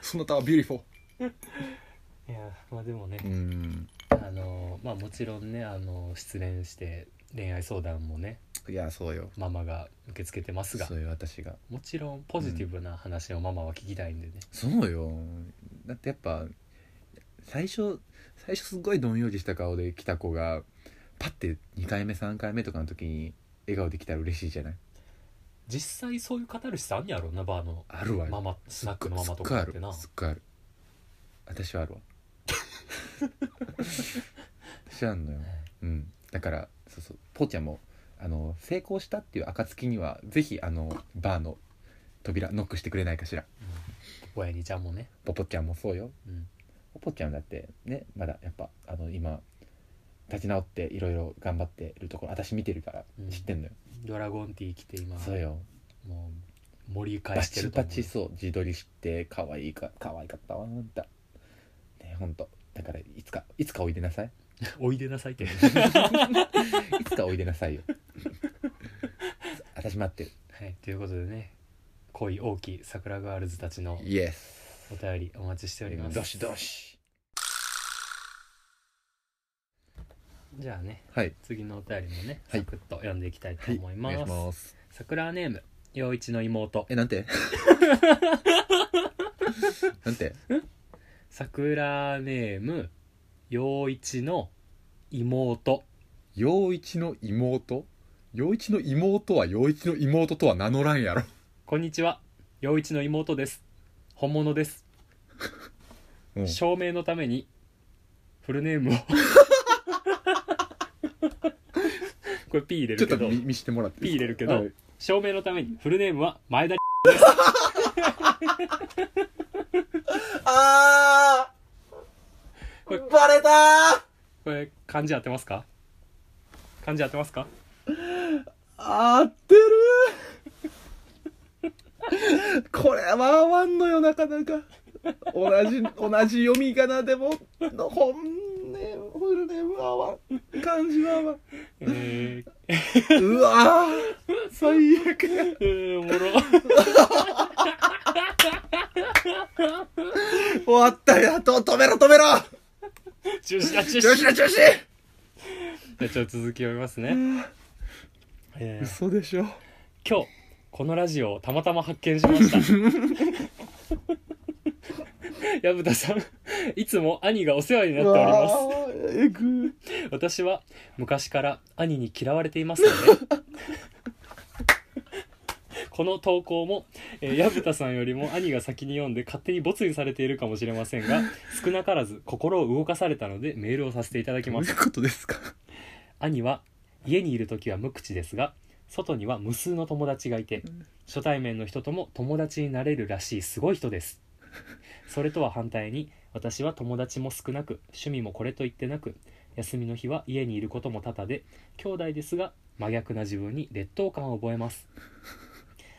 [SPEAKER 2] そなたはビューティフ
[SPEAKER 1] い
[SPEAKER 2] ォ
[SPEAKER 1] やまあでもね
[SPEAKER 2] ーうん
[SPEAKER 1] あのまあもちろんねあの失恋して恋愛相談もね
[SPEAKER 2] いやそうよ
[SPEAKER 1] ママが受け付けてますが
[SPEAKER 2] そういう私が
[SPEAKER 1] もちろんポジティブな話をママは聞きたいんでね、
[SPEAKER 2] そうよだってやっぱ最初最初すごいどんよりした顔で来た子がパッて2回目3回目とかの時に笑顔で来たら嬉しいじゃない
[SPEAKER 1] 実際そういう語る人あんやろうなバーの
[SPEAKER 2] あるわよ
[SPEAKER 1] ママスナックのママと
[SPEAKER 2] すっご
[SPEAKER 1] か
[SPEAKER 2] いあ
[SPEAKER 1] って
[SPEAKER 2] る
[SPEAKER 1] な
[SPEAKER 2] すっごいある私はあるわ私あん のようんだからそうそうポーちゃんもあの成功したっていう暁にはぜひあのバーの扉ノックしてくれないかしら
[SPEAKER 1] 親にちゃんもね、
[SPEAKER 2] ポポちゃんもそうよ
[SPEAKER 1] うん、
[SPEAKER 2] ポポちゃんだってねまだやっぱあの今立ち直っていろいろ頑張ってるところ私見てるから
[SPEAKER 1] うん
[SPEAKER 2] 知ってんのよ、
[SPEAKER 1] ドラゴンティー来て今
[SPEAKER 2] そうよ
[SPEAKER 1] もう盛り返
[SPEAKER 2] バ
[SPEAKER 1] して
[SPEAKER 2] チ
[SPEAKER 1] ると
[SPEAKER 2] バ
[SPEAKER 1] 思う
[SPEAKER 2] チそう自撮りして可愛いか可愛かったわあんたねほんとだからいつかいつかおいでなさい
[SPEAKER 1] おいでなさいって
[SPEAKER 2] いつかおいでなさいよ 私待ってる
[SPEAKER 1] はいということでね恋大きい桜ガールズたちの
[SPEAKER 2] イエス
[SPEAKER 1] お便りお待ちしております
[SPEAKER 2] どしどし
[SPEAKER 1] じゃあね
[SPEAKER 2] はい
[SPEAKER 1] 次のお便りもね
[SPEAKER 2] はい
[SPEAKER 1] サクッと読んでいきたいと思います,、
[SPEAKER 2] お願いします
[SPEAKER 1] 桜ネーム陽一の妹
[SPEAKER 2] えな んてなんて
[SPEAKER 1] 桜ネーム陽一の妹
[SPEAKER 2] 陽一の妹陽一の妹は陽一の妹とは名乗らんやろ
[SPEAKER 1] こんにちは陽一の妹です本物です、
[SPEAKER 2] うん
[SPEAKER 1] 証明のためにフルネ ームをこれ P 入れ
[SPEAKER 2] ちょ
[SPEAKER 1] る
[SPEAKER 2] っ
[SPEAKER 1] け
[SPEAKER 2] と
[SPEAKER 1] ど
[SPEAKER 2] 見見してもらっていいですか
[SPEAKER 1] P 入れるけど
[SPEAKER 2] はい
[SPEAKER 1] 証明のためにフルネームは前田です
[SPEAKER 5] あ
[SPEAKER 1] これ
[SPEAKER 5] ーバレたー
[SPEAKER 1] これ漢字合ってますか漢字合ってますか
[SPEAKER 2] 合ってるこれは合わんのよなかなか同じ同じ読み仮名でもの本音フルネームは合わん漢字は合わん
[SPEAKER 1] えー、
[SPEAKER 2] うわー最悪
[SPEAKER 1] えー、 おもろ
[SPEAKER 2] 終わったやと止めろ止めろ
[SPEAKER 1] 中止だ中止
[SPEAKER 2] 中止だ中止
[SPEAKER 1] じゃあちょっと続き読みますね、 えー
[SPEAKER 2] 嘘でしょ
[SPEAKER 1] 今日このラジオをたまたま発見しました 薮田さんいつも兄がお世話になっております
[SPEAKER 2] えぐ
[SPEAKER 1] 私は昔から兄に嫌われていますので この投稿も、えー、薮田さんよりも兄が先に読んで勝手にボツにされているかもしれませんが少なからず心を動かされたのでメールをさせていただき
[SPEAKER 2] ど
[SPEAKER 1] ま
[SPEAKER 2] う
[SPEAKER 1] す
[SPEAKER 2] いうことですか
[SPEAKER 1] 兄は家にいる時は無口ですが外には無数の友達がいて初対面の人とも友達になれるらしいすごい人ですそれとは反対に私は友達も少なく趣味もこれといってなく休みの日は家にいることも多々で兄弟ですが真逆な自分に劣等感を覚えます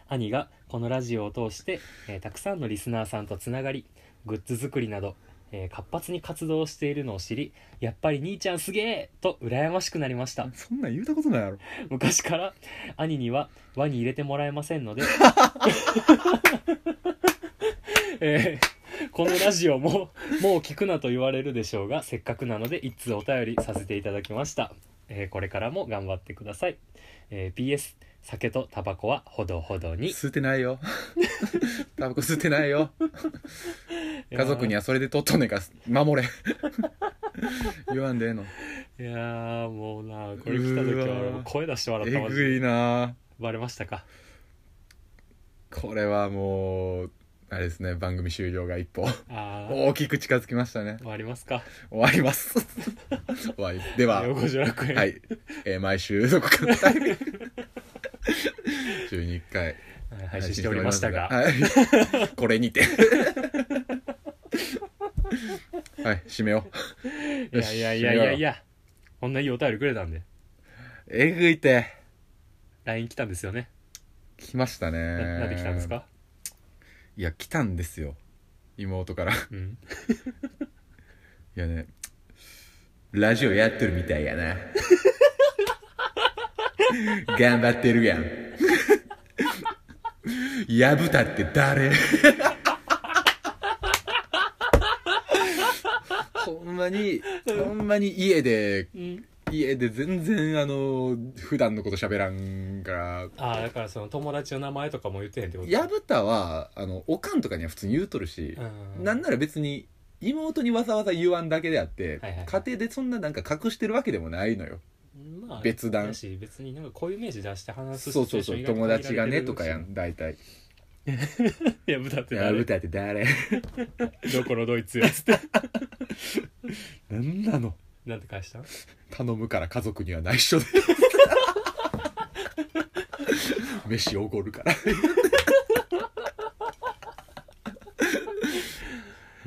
[SPEAKER 1] 兄がこのラジオを通して、えーたくさんのリスナーさんとつながりグッズ作りなど、えー活発に活動しているのを知りやっぱり兄ちゃんすげえと羨ましくなりました
[SPEAKER 2] そんなん言うたことないやろ
[SPEAKER 1] 昔から兄には輪に入れてもらえませんので、 えーこのラジオももう聞くなと言われるでしょうがせっかくなので一通お便りさせていただきました、えーこれからも頑張ってください、えー PS 酒とタバコはほどほどに
[SPEAKER 2] 吸ってな いよタバコ吸ってないよ家族
[SPEAKER 1] い
[SPEAKER 2] に
[SPEAKER 1] や
[SPEAKER 2] はそれで取っとんねんから 守れ言わんでええの
[SPEAKER 1] ーいやーもうなこれ来た時は俺もう声出して笑った
[SPEAKER 2] え
[SPEAKER 1] マジ
[SPEAKER 2] ぐ
[SPEAKER 1] で
[SPEAKER 2] いな
[SPEAKER 1] バレましたか
[SPEAKER 2] これはもうあれですね番組終了が一歩
[SPEAKER 1] あー
[SPEAKER 2] 大きく近づきましたね
[SPEAKER 1] 終わりますか
[SPEAKER 2] 終わります 終わりでは
[SPEAKER 1] 五条楽園、
[SPEAKER 2] はい、えー毎週どこかのタイミン グ12回
[SPEAKER 1] はい配信しておりましたが、
[SPEAKER 2] はい、 こ れにてはい締めよう
[SPEAKER 1] いやいやいやいやいやこんないいお便りくれたんで
[SPEAKER 2] えぐいて
[SPEAKER 1] LINE 来たんですよね、
[SPEAKER 2] 来ましたね
[SPEAKER 1] ななんで来たんですか、
[SPEAKER 2] いや来たんですよ妹からい
[SPEAKER 1] うん、
[SPEAKER 2] やねラジオやってるみたい やな頑張ってるやんやぶたって 誰ほんまにほんまに家で
[SPEAKER 1] うん、
[SPEAKER 2] 家で全然あの普段のこと喋らんから
[SPEAKER 1] ああだからその友達の名前とかも言ってへんってこと
[SPEAKER 2] 矢蓋はあのおかんとかには普通に言うとるし、
[SPEAKER 1] うん
[SPEAKER 2] なんなら別に妹にわざわざ言わんだけであって、
[SPEAKER 1] はいはい
[SPEAKER 2] 家庭でそんななんか隠してるわけでもないのよ
[SPEAKER 1] まあ
[SPEAKER 2] 別段
[SPEAKER 1] だし別になんかこういうイメージ出して話す
[SPEAKER 2] そうそうそう友達がねとかや
[SPEAKER 1] ん
[SPEAKER 2] ん大体
[SPEAKER 1] いや豚って
[SPEAKER 2] 矢
[SPEAKER 1] 誰
[SPEAKER 2] 蓋って誰
[SPEAKER 1] どこのドイツやつって
[SPEAKER 2] なんなの
[SPEAKER 1] なんて返したん
[SPEAKER 2] 頼むから家族には内緒で飯おごるから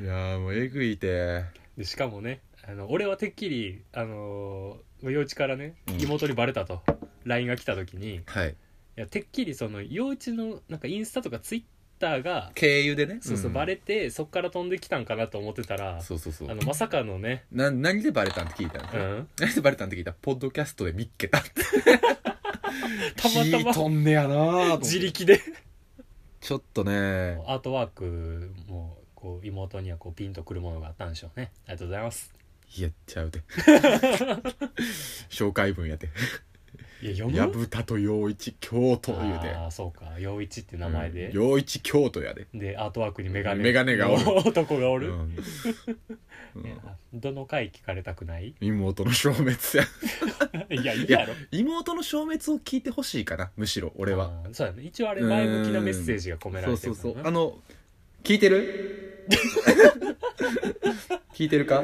[SPEAKER 2] いやーもうえぐいて
[SPEAKER 1] でしかもねあの俺はてっきりあのー陽一からね
[SPEAKER 2] うん
[SPEAKER 1] 妹にバレたと LINE が来た時にい
[SPEAKER 2] はい
[SPEAKER 1] やてっきりその陽一のなんかインスタとかツイッターが
[SPEAKER 2] 経由でね
[SPEAKER 1] そうそう、
[SPEAKER 2] ん
[SPEAKER 1] バレてそっから飛んできたんかなと思ってたら
[SPEAKER 2] そうそうそう
[SPEAKER 1] あのまさかの ね、
[SPEAKER 2] な何でバレたんって聞いたの、
[SPEAKER 1] うん、
[SPEAKER 2] 何でバレたんって聞いたポッドキャストで見っけたって
[SPEAKER 1] たまたま
[SPEAKER 2] 飛んねやなぁと思って
[SPEAKER 1] 自力で
[SPEAKER 2] ちょっとね
[SPEAKER 1] アートワークもこう妹にはこうピンとくるものがあったんでしょうねありがとうございます
[SPEAKER 2] いやっち ゃうで紹介文やて
[SPEAKER 1] いや
[SPEAKER 2] 「
[SPEAKER 1] 読む
[SPEAKER 2] やぶたと陽一京都」言うて
[SPEAKER 1] ああそうか陽一って名前で
[SPEAKER 2] うん、陽一京都やで
[SPEAKER 1] でアートワークにメガネ
[SPEAKER 2] メガネがおる
[SPEAKER 1] 男がおる、
[SPEAKER 2] うんうん
[SPEAKER 1] いやどの回聞かれたくない
[SPEAKER 2] 妹の消滅や
[SPEAKER 1] いやいい
[SPEAKER 2] いや
[SPEAKER 1] やろ
[SPEAKER 2] 妹の消滅を聞いてほしいかなむしろ俺は
[SPEAKER 1] あーそうやね一応あれ前向きなメッセージが込めら
[SPEAKER 2] そ
[SPEAKER 1] れ
[SPEAKER 2] う
[SPEAKER 1] て
[SPEAKER 2] そ
[SPEAKER 1] る
[SPEAKER 2] う
[SPEAKER 1] からな
[SPEAKER 2] そうあの聞いてる聞いてるか、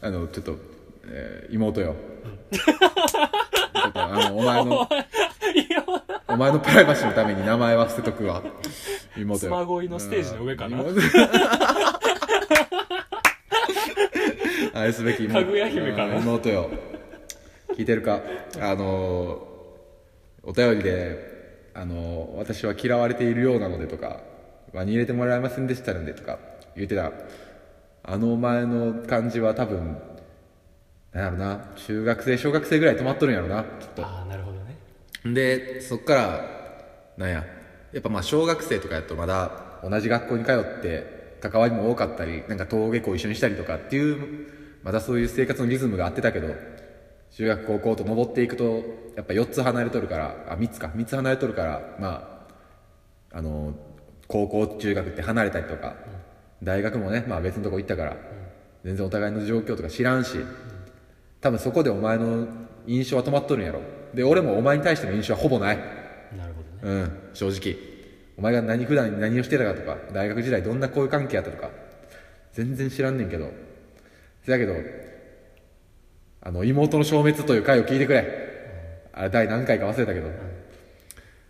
[SPEAKER 2] あのちょっと、えー妹よちょっとあのお 前の
[SPEAKER 1] いや
[SPEAKER 2] お前のプライバシーのために名前は捨てとくわ妹よ
[SPEAKER 1] 妻恋のステージの上かな
[SPEAKER 2] うん 愛すべき妹
[SPEAKER 1] かぐや姫かな
[SPEAKER 2] うん妹よ聞いてるかあのお便りであの私は嫌われているようなのでとか輪に入れてもらえませんでしたのでとか言ってたあのお前の感じは多分なんやろな中学生小学生ぐらい止まっとるんやろなきっと
[SPEAKER 1] ああなるほどね
[SPEAKER 2] でそっからなんややっぱまあ小学生とかやとまだ同じ学校に通って関わりも多かったりなんか登下校一緒にしたりとかっていうまだそういう生活のリズムがあってたけど中学高校と登っていくとやっぱ4つ離れとるからあ3つか3つ離れとるからまああの高校中学って離れたりとか、大学もね、まあ、別のとこ行ったから、全然お互いの状況とか知らんし、多分そこでお前の印象は止まっとるんやろで俺もお前に対しての印象はほぼない
[SPEAKER 1] なるほどね
[SPEAKER 2] うん正直お前が何普段何をしてたかとか大学時代どんな交友関係やったとか全然知らんねんけどせやけどあの妹の消滅という回を聞いてくれあれ第何回か忘れたけど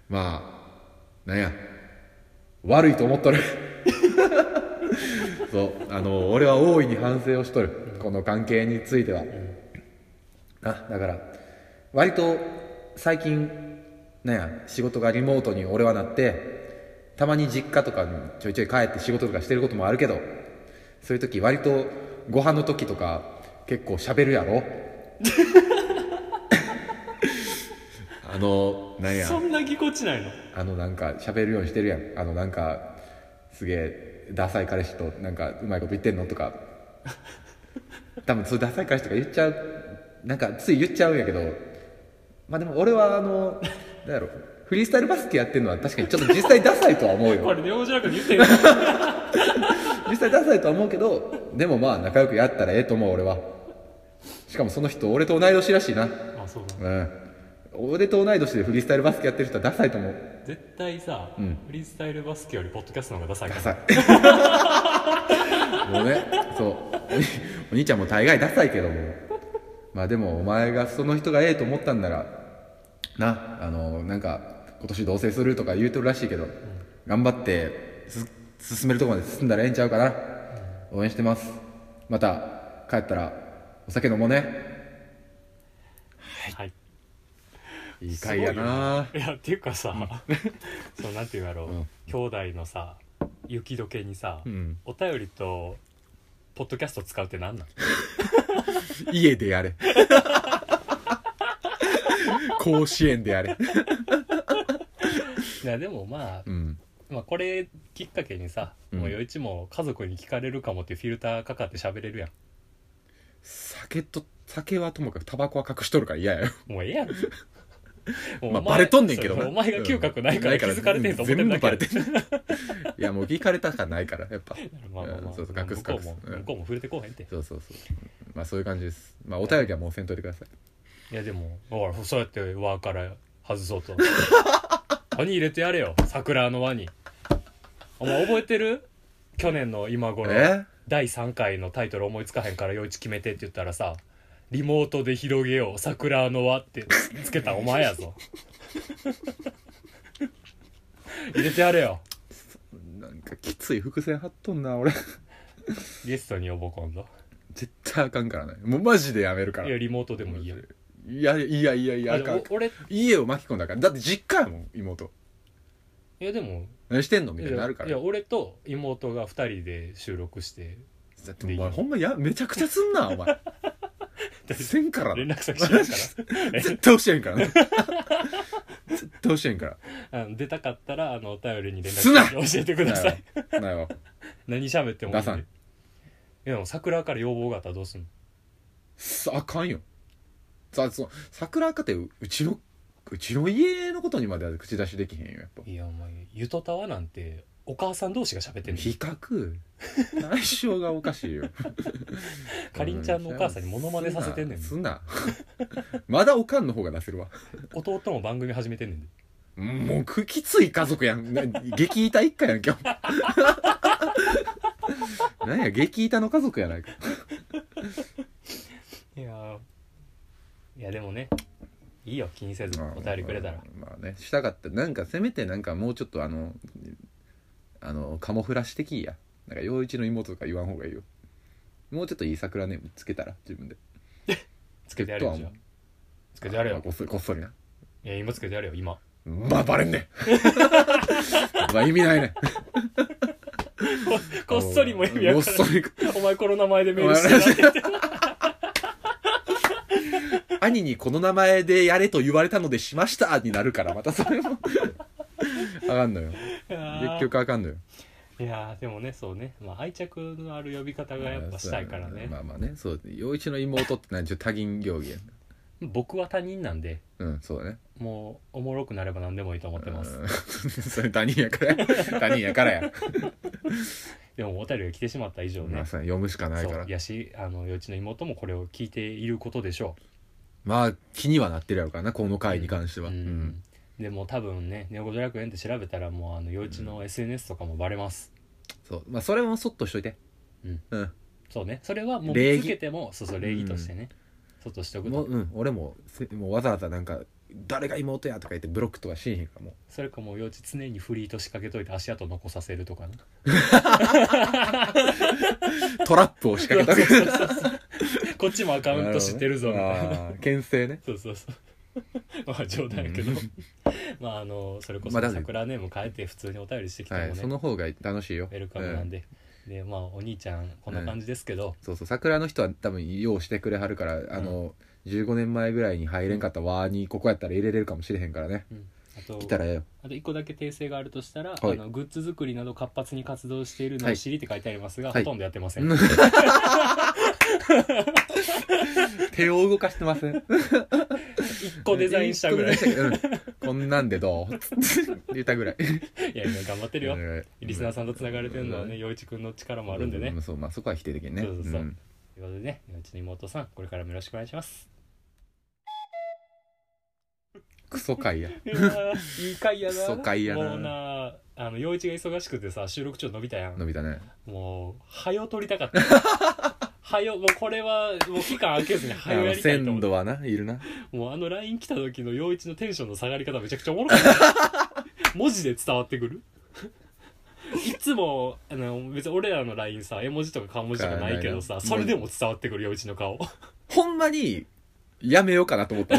[SPEAKER 2] まあなんや悪いと思っとる そうあの俺は大いに反省をしとるこの関係については、あだから割と最近なんや仕事がリモートに俺はなってたまに実家とかにちょいちょい帰って仕事とかしてることもあるけどそういう時割とご飯の時とか結構喋るやろあのなんや
[SPEAKER 1] そんなぎこちないの
[SPEAKER 2] あのなんか喋るようにしてるやんあのなんかすげえダサい彼氏となんかうまいこと言ってんの とか多分そうダサい彼氏とか言っちゃうなんかつい言っちゃうんやけどまあでも俺はあのなんやろフリースタイルバスケやってるのは確かにちょっと実際ダサいとは思う
[SPEAKER 1] こ
[SPEAKER 2] よ
[SPEAKER 1] れねおじらく言ってん のは
[SPEAKER 2] 実際ダサいとは思うけどでもまあ仲良くやったらええと思う俺はしかもその人俺と同い年らしいな
[SPEAKER 1] あそうなんだ
[SPEAKER 2] うん俺と同い年でフリースタイルバスケやってる人はダサいと思う
[SPEAKER 1] 絶対さ、
[SPEAKER 2] うん
[SPEAKER 1] フリースタイルバスケよりポッドキャストの方がダサいか
[SPEAKER 2] ダ
[SPEAKER 1] ら
[SPEAKER 2] サい もうねそうお兄お兄ちゃんも大概ダサいけどもまあでもお前がその人がええと思ったんならなあのなんか今年同棲するとか言うてるらしいけど、頑張ってす進めるとこまで進んだらええんちゃうかな応援してますまた帰ったらお酒飲もうね
[SPEAKER 1] はい
[SPEAKER 2] いい会やない
[SPEAKER 1] やっていうかさ、 そうなんていうんやろう、
[SPEAKER 2] うん
[SPEAKER 1] 兄弟のさ雪解けにさ、
[SPEAKER 2] うん
[SPEAKER 1] お便りとポッドキャスト使うってなんなん
[SPEAKER 2] 家でやれ 甲子園でやれ
[SPEAKER 1] いやでもまあ、
[SPEAKER 2] うん
[SPEAKER 1] まあ、これきっかけにさ、
[SPEAKER 2] うん
[SPEAKER 1] もう余一も家族に聞かれるかもっていうフィルターかかって喋れるやん
[SPEAKER 2] 酒と酒はともかくタバコは隠しとるから嫌や よ
[SPEAKER 1] もうええ やろもうお
[SPEAKER 2] ま
[SPEAKER 1] 前
[SPEAKER 2] あバレとんねんけど
[SPEAKER 1] そ
[SPEAKER 2] な
[SPEAKER 1] うお前が嗅覚ないから気づかれてんと思ってるだけや
[SPEAKER 2] うん全部バレてるいやもう聞かれたかないからやっぱ
[SPEAKER 1] まあまあまあ
[SPEAKER 2] そうそう
[SPEAKER 1] まあ
[SPEAKER 2] 隠
[SPEAKER 1] 向
[SPEAKER 2] す
[SPEAKER 1] こう
[SPEAKER 2] 隠
[SPEAKER 1] も
[SPEAKER 2] すうん
[SPEAKER 1] 向こうも触れてこうへんって
[SPEAKER 2] そうそうそうまあそういう感じですまあお便りはもうせんといてください
[SPEAKER 1] いやでもほらそうやって輪から外そう と輪に入れてやれよ桜の輪にお前覚えてる去年の今頃
[SPEAKER 2] え
[SPEAKER 1] 第3回のタイトル思いつかへんから陽一決めてって言ったらさ「リモートで広げよう桜の輪」ってつけたお前 やぞ入れてやれよ
[SPEAKER 2] なんかきつい伏線張っとんな俺
[SPEAKER 1] ゲストに呼ぼう今度
[SPEAKER 2] 絶対あかんからねもうマジでやめるから
[SPEAKER 1] いやリモートでもいいや
[SPEAKER 2] いやいやいやいや
[SPEAKER 1] あ
[SPEAKER 2] あ
[SPEAKER 1] で
[SPEAKER 2] かん
[SPEAKER 1] もお俺い
[SPEAKER 2] 家を巻き込んだからだって実家やもん妹
[SPEAKER 1] やでも
[SPEAKER 2] 何してんのみ
[SPEAKER 1] い
[SPEAKER 2] たいにな
[SPEAKER 1] や
[SPEAKER 2] るから
[SPEAKER 1] いや俺と妹が2人で収録 して
[SPEAKER 2] だってお前ほんまやめちゃくちゃすんな お前せんから
[SPEAKER 1] 連
[SPEAKER 2] な
[SPEAKER 1] 絡先知らんか
[SPEAKER 2] 絶対教えんからな絶対教えんから
[SPEAKER 1] ら あの出たかったらあのお便りに連
[SPEAKER 2] すな
[SPEAKER 1] 絡先教えてください
[SPEAKER 2] なよなよ
[SPEAKER 1] 何喋ってもいいんで
[SPEAKER 2] 出さん
[SPEAKER 1] いやでも桜から要望があったらどうすんの
[SPEAKER 2] さあかんよさその桜家庭うちのうちの家のことにまでは口出しできへんよやっぱ
[SPEAKER 1] いやお前ゆとたわなんてお母さん同士が喋ってんの
[SPEAKER 2] 比較対象がおかしいよ
[SPEAKER 1] かりんちゃんのお母さんにモノマネさせてんねん
[SPEAKER 2] すなすなまだおかんの方が出せるわ
[SPEAKER 1] 弟も番組始めてんねんで
[SPEAKER 2] もうくきつい家族やんな激板一家やん今日 なんや激板の家族やないか
[SPEAKER 1] いやーいやでもねいいよ気にせずお便りくれたら
[SPEAKER 2] まあねしたかったなんかせめてなんかもうちょっとあのあのカモフラシ的やなんか陽一の妹とか言わん方がいいよもうちょっといい桜ネームつけたら自分で
[SPEAKER 1] つけてやるよ
[SPEAKER 2] とは
[SPEAKER 1] じゃ
[SPEAKER 2] 思
[SPEAKER 1] あ
[SPEAKER 2] う
[SPEAKER 1] つけてやる
[SPEAKER 2] まあ
[SPEAKER 1] よ
[SPEAKER 2] こっそりこっそりない
[SPEAKER 1] や今つけてやるよ今
[SPEAKER 2] まあバレんねん まあ意味ないねん
[SPEAKER 1] こっそりも意味わ
[SPEAKER 2] こっ
[SPEAKER 1] か
[SPEAKER 2] そ
[SPEAKER 1] らん
[SPEAKER 2] り
[SPEAKER 1] お前この名前でメールしてなって言って
[SPEAKER 2] 兄にこの名前でやれと言われたのでしましたになるからまたそれもあかんのよ 結局あかんのよ
[SPEAKER 1] いやーでもねそうね、まあ、愛着のある呼び方がやっぱしたいからね
[SPEAKER 2] まあまあねそう陽一の妹って何ちょっと多銀行儀やん
[SPEAKER 1] 僕は他人なんで
[SPEAKER 2] うんそうだね
[SPEAKER 1] もうおもろくなれば何でもいいと思ってます
[SPEAKER 2] うん それ他人やから や他人やからや、
[SPEAKER 1] でもお便りが来てしまった以上ね、
[SPEAKER 2] まあ、そう読むしかないか
[SPEAKER 1] そ
[SPEAKER 2] ら
[SPEAKER 1] うやしあの余地の妹もこれを聞いていることでしょ
[SPEAKER 2] まあ気にはなってるやろうからなこの回に関して
[SPEAKER 1] う、
[SPEAKER 2] は、
[SPEAKER 1] うんでもう多分ね「ネオゴドラクエン」って調べたらもうあの余地の SNS とかもバレます、
[SPEAKER 2] そうまあそれもそっとしといて
[SPEAKER 1] うん
[SPEAKER 2] うん、
[SPEAKER 1] そうねそれはもう
[SPEAKER 2] 礼儀
[SPEAKER 1] 続けてもそうそう礼儀としてね、そうとしておく
[SPEAKER 2] も
[SPEAKER 1] と
[SPEAKER 2] ううん、俺もせもうわざわざなんか誰が妹やとか言ってブロックとかしへんからもう
[SPEAKER 1] それかもう余地常にフリーと仕掛けといて足跡残させるとかね
[SPEAKER 2] トラップを仕掛けたけ
[SPEAKER 1] こっちもアカウント知ってるぞみたいな
[SPEAKER 2] 牽制ね
[SPEAKER 1] そうそうそうまあ冗談やけど、
[SPEAKER 2] うん
[SPEAKER 1] まああのそれこそ
[SPEAKER 2] まあだって
[SPEAKER 1] 桜ネーム変えて普通にお便りしてきても
[SPEAKER 2] は
[SPEAKER 1] ね、
[SPEAKER 2] いその方が楽しいよ
[SPEAKER 1] ウェルカムなん
[SPEAKER 2] うん
[SPEAKER 1] で、でまあお兄ちゃんこんな感じですけど、
[SPEAKER 2] そうそう桜の人は多分用してくれはるからあの、15年前ぐらいに入れんかった輪にここやったら入れれるかもしれへんからね
[SPEAKER 1] うんあと
[SPEAKER 2] 来たらええよ
[SPEAKER 1] あと1個だけ訂正があるとしたら、
[SPEAKER 2] はい
[SPEAKER 1] あのグッズ作りなど活発に活動しているのを知りって書いてありますが、
[SPEAKER 2] はい
[SPEAKER 1] ほとんどやってません、
[SPEAKER 2] 手を動かしてません
[SPEAKER 1] 1個デザインしたぐらいい
[SPEAKER 2] こんなんでどう言ったぐらい
[SPEAKER 1] やいや頑張ってるよ、リスナーさんとつながれてるのはね
[SPEAKER 2] うん
[SPEAKER 1] 陽一くんの力もあるんでね、
[SPEAKER 2] うそうまあそこは否定的にね
[SPEAKER 1] そうそうそうんということでね陽一の妹さんこれからもよろしくお願いします
[SPEAKER 2] クソ回や
[SPEAKER 1] いやーいい回やな
[SPEAKER 2] クソ回やな
[SPEAKER 1] もうなあの陽一が忙しくてさ収録中伸びたやん
[SPEAKER 2] 伸びたね
[SPEAKER 1] もう早よ撮りたかった 早よもうこれはもう期間空けずに
[SPEAKER 2] あ
[SPEAKER 1] 早よや
[SPEAKER 2] の
[SPEAKER 1] りたいと思
[SPEAKER 2] 鮮
[SPEAKER 1] って
[SPEAKER 2] 度はないるな
[SPEAKER 1] もうあの LINE 来た時の陽一のテンションの下がり方めちゃくちゃおもろかった文字で伝わってくるいつもあの別に俺らの LINE さ絵文字とか顔文字とかないけど
[SPEAKER 2] か
[SPEAKER 1] さ
[SPEAKER 2] ないな
[SPEAKER 1] それでも伝わってくる陽一の顔
[SPEAKER 2] ほんまにやめようかなと思った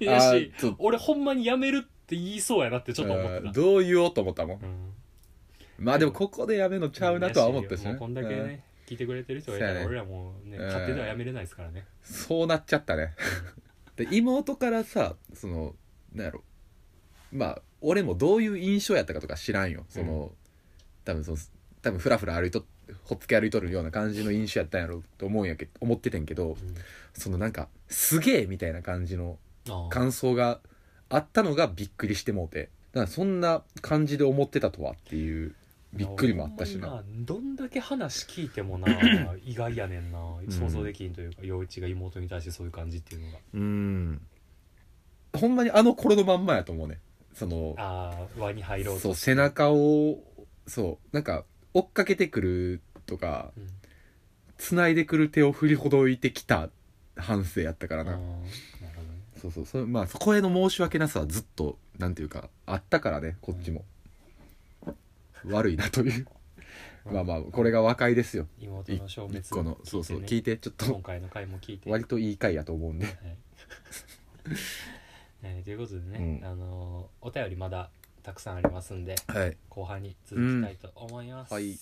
[SPEAKER 1] いや
[SPEAKER 2] あ
[SPEAKER 1] し
[SPEAKER 2] ーちょっと
[SPEAKER 1] 俺ほんまにやめるって言いそうやなってちょっと思って
[SPEAKER 2] うん
[SPEAKER 1] た、
[SPEAKER 2] どう言おうと思ったもん
[SPEAKER 1] うん
[SPEAKER 2] まあでもここでやめのちゃうなとは思ったし
[SPEAKER 1] も
[SPEAKER 2] ね
[SPEAKER 1] うこんだけ
[SPEAKER 2] うん
[SPEAKER 1] ね聞いてくれてる人がいた
[SPEAKER 2] そうや
[SPEAKER 1] ら
[SPEAKER 2] ね
[SPEAKER 1] 俺らもうね
[SPEAKER 2] うん
[SPEAKER 1] 勝手ではやめれないですからね
[SPEAKER 2] そうなっちゃったね で妹からさそのなんやろまあ俺もどういう印象やったかとか知らんよその、多分その多分フラフラ歩いとほっつき歩いとるような感じの印象やったんやろと思うんやけ思っててんけどそのなんか「すげえ!」みたいな感じの
[SPEAKER 1] ああ
[SPEAKER 2] 感想があったのがびっくりしてもうてだからそんな感じで思ってたとはっていうびっくりもあったしな
[SPEAKER 1] ほんまになどんだけ話聞いてもな意外やねんな想像できんというか陽一が妹に対してそういう感じっていうのが
[SPEAKER 2] うんほんまにあの頃のまんまやと思うねその
[SPEAKER 1] ああ輪に入ろうと
[SPEAKER 2] そう背中をそうなんか追っかけてくるとか
[SPEAKER 1] うん
[SPEAKER 2] 繋いでくる手を振りほどいてきた反省やったから
[SPEAKER 1] ああな
[SPEAKER 2] な、
[SPEAKER 1] るほどね
[SPEAKER 2] そうそうそれまあそこへの申し訳なさはずっとなんていうかあったからねこっちも、悪いなというまあまあこれが和解ですよ
[SPEAKER 1] 妹
[SPEAKER 2] 一
[SPEAKER 1] の消滅
[SPEAKER 2] 個のそうそう
[SPEAKER 1] 聞
[SPEAKER 2] 聞
[SPEAKER 1] い
[SPEAKER 2] いてちょって
[SPEAKER 1] ね今
[SPEAKER 2] と
[SPEAKER 1] 回の回も聞いて
[SPEAKER 2] 割といい回やと思うんで
[SPEAKER 1] はい、えーということでね、
[SPEAKER 2] うん
[SPEAKER 1] あのーお便りまだたくさんありますんで
[SPEAKER 2] はい
[SPEAKER 1] 後半に続きたいと思います、
[SPEAKER 2] うんはい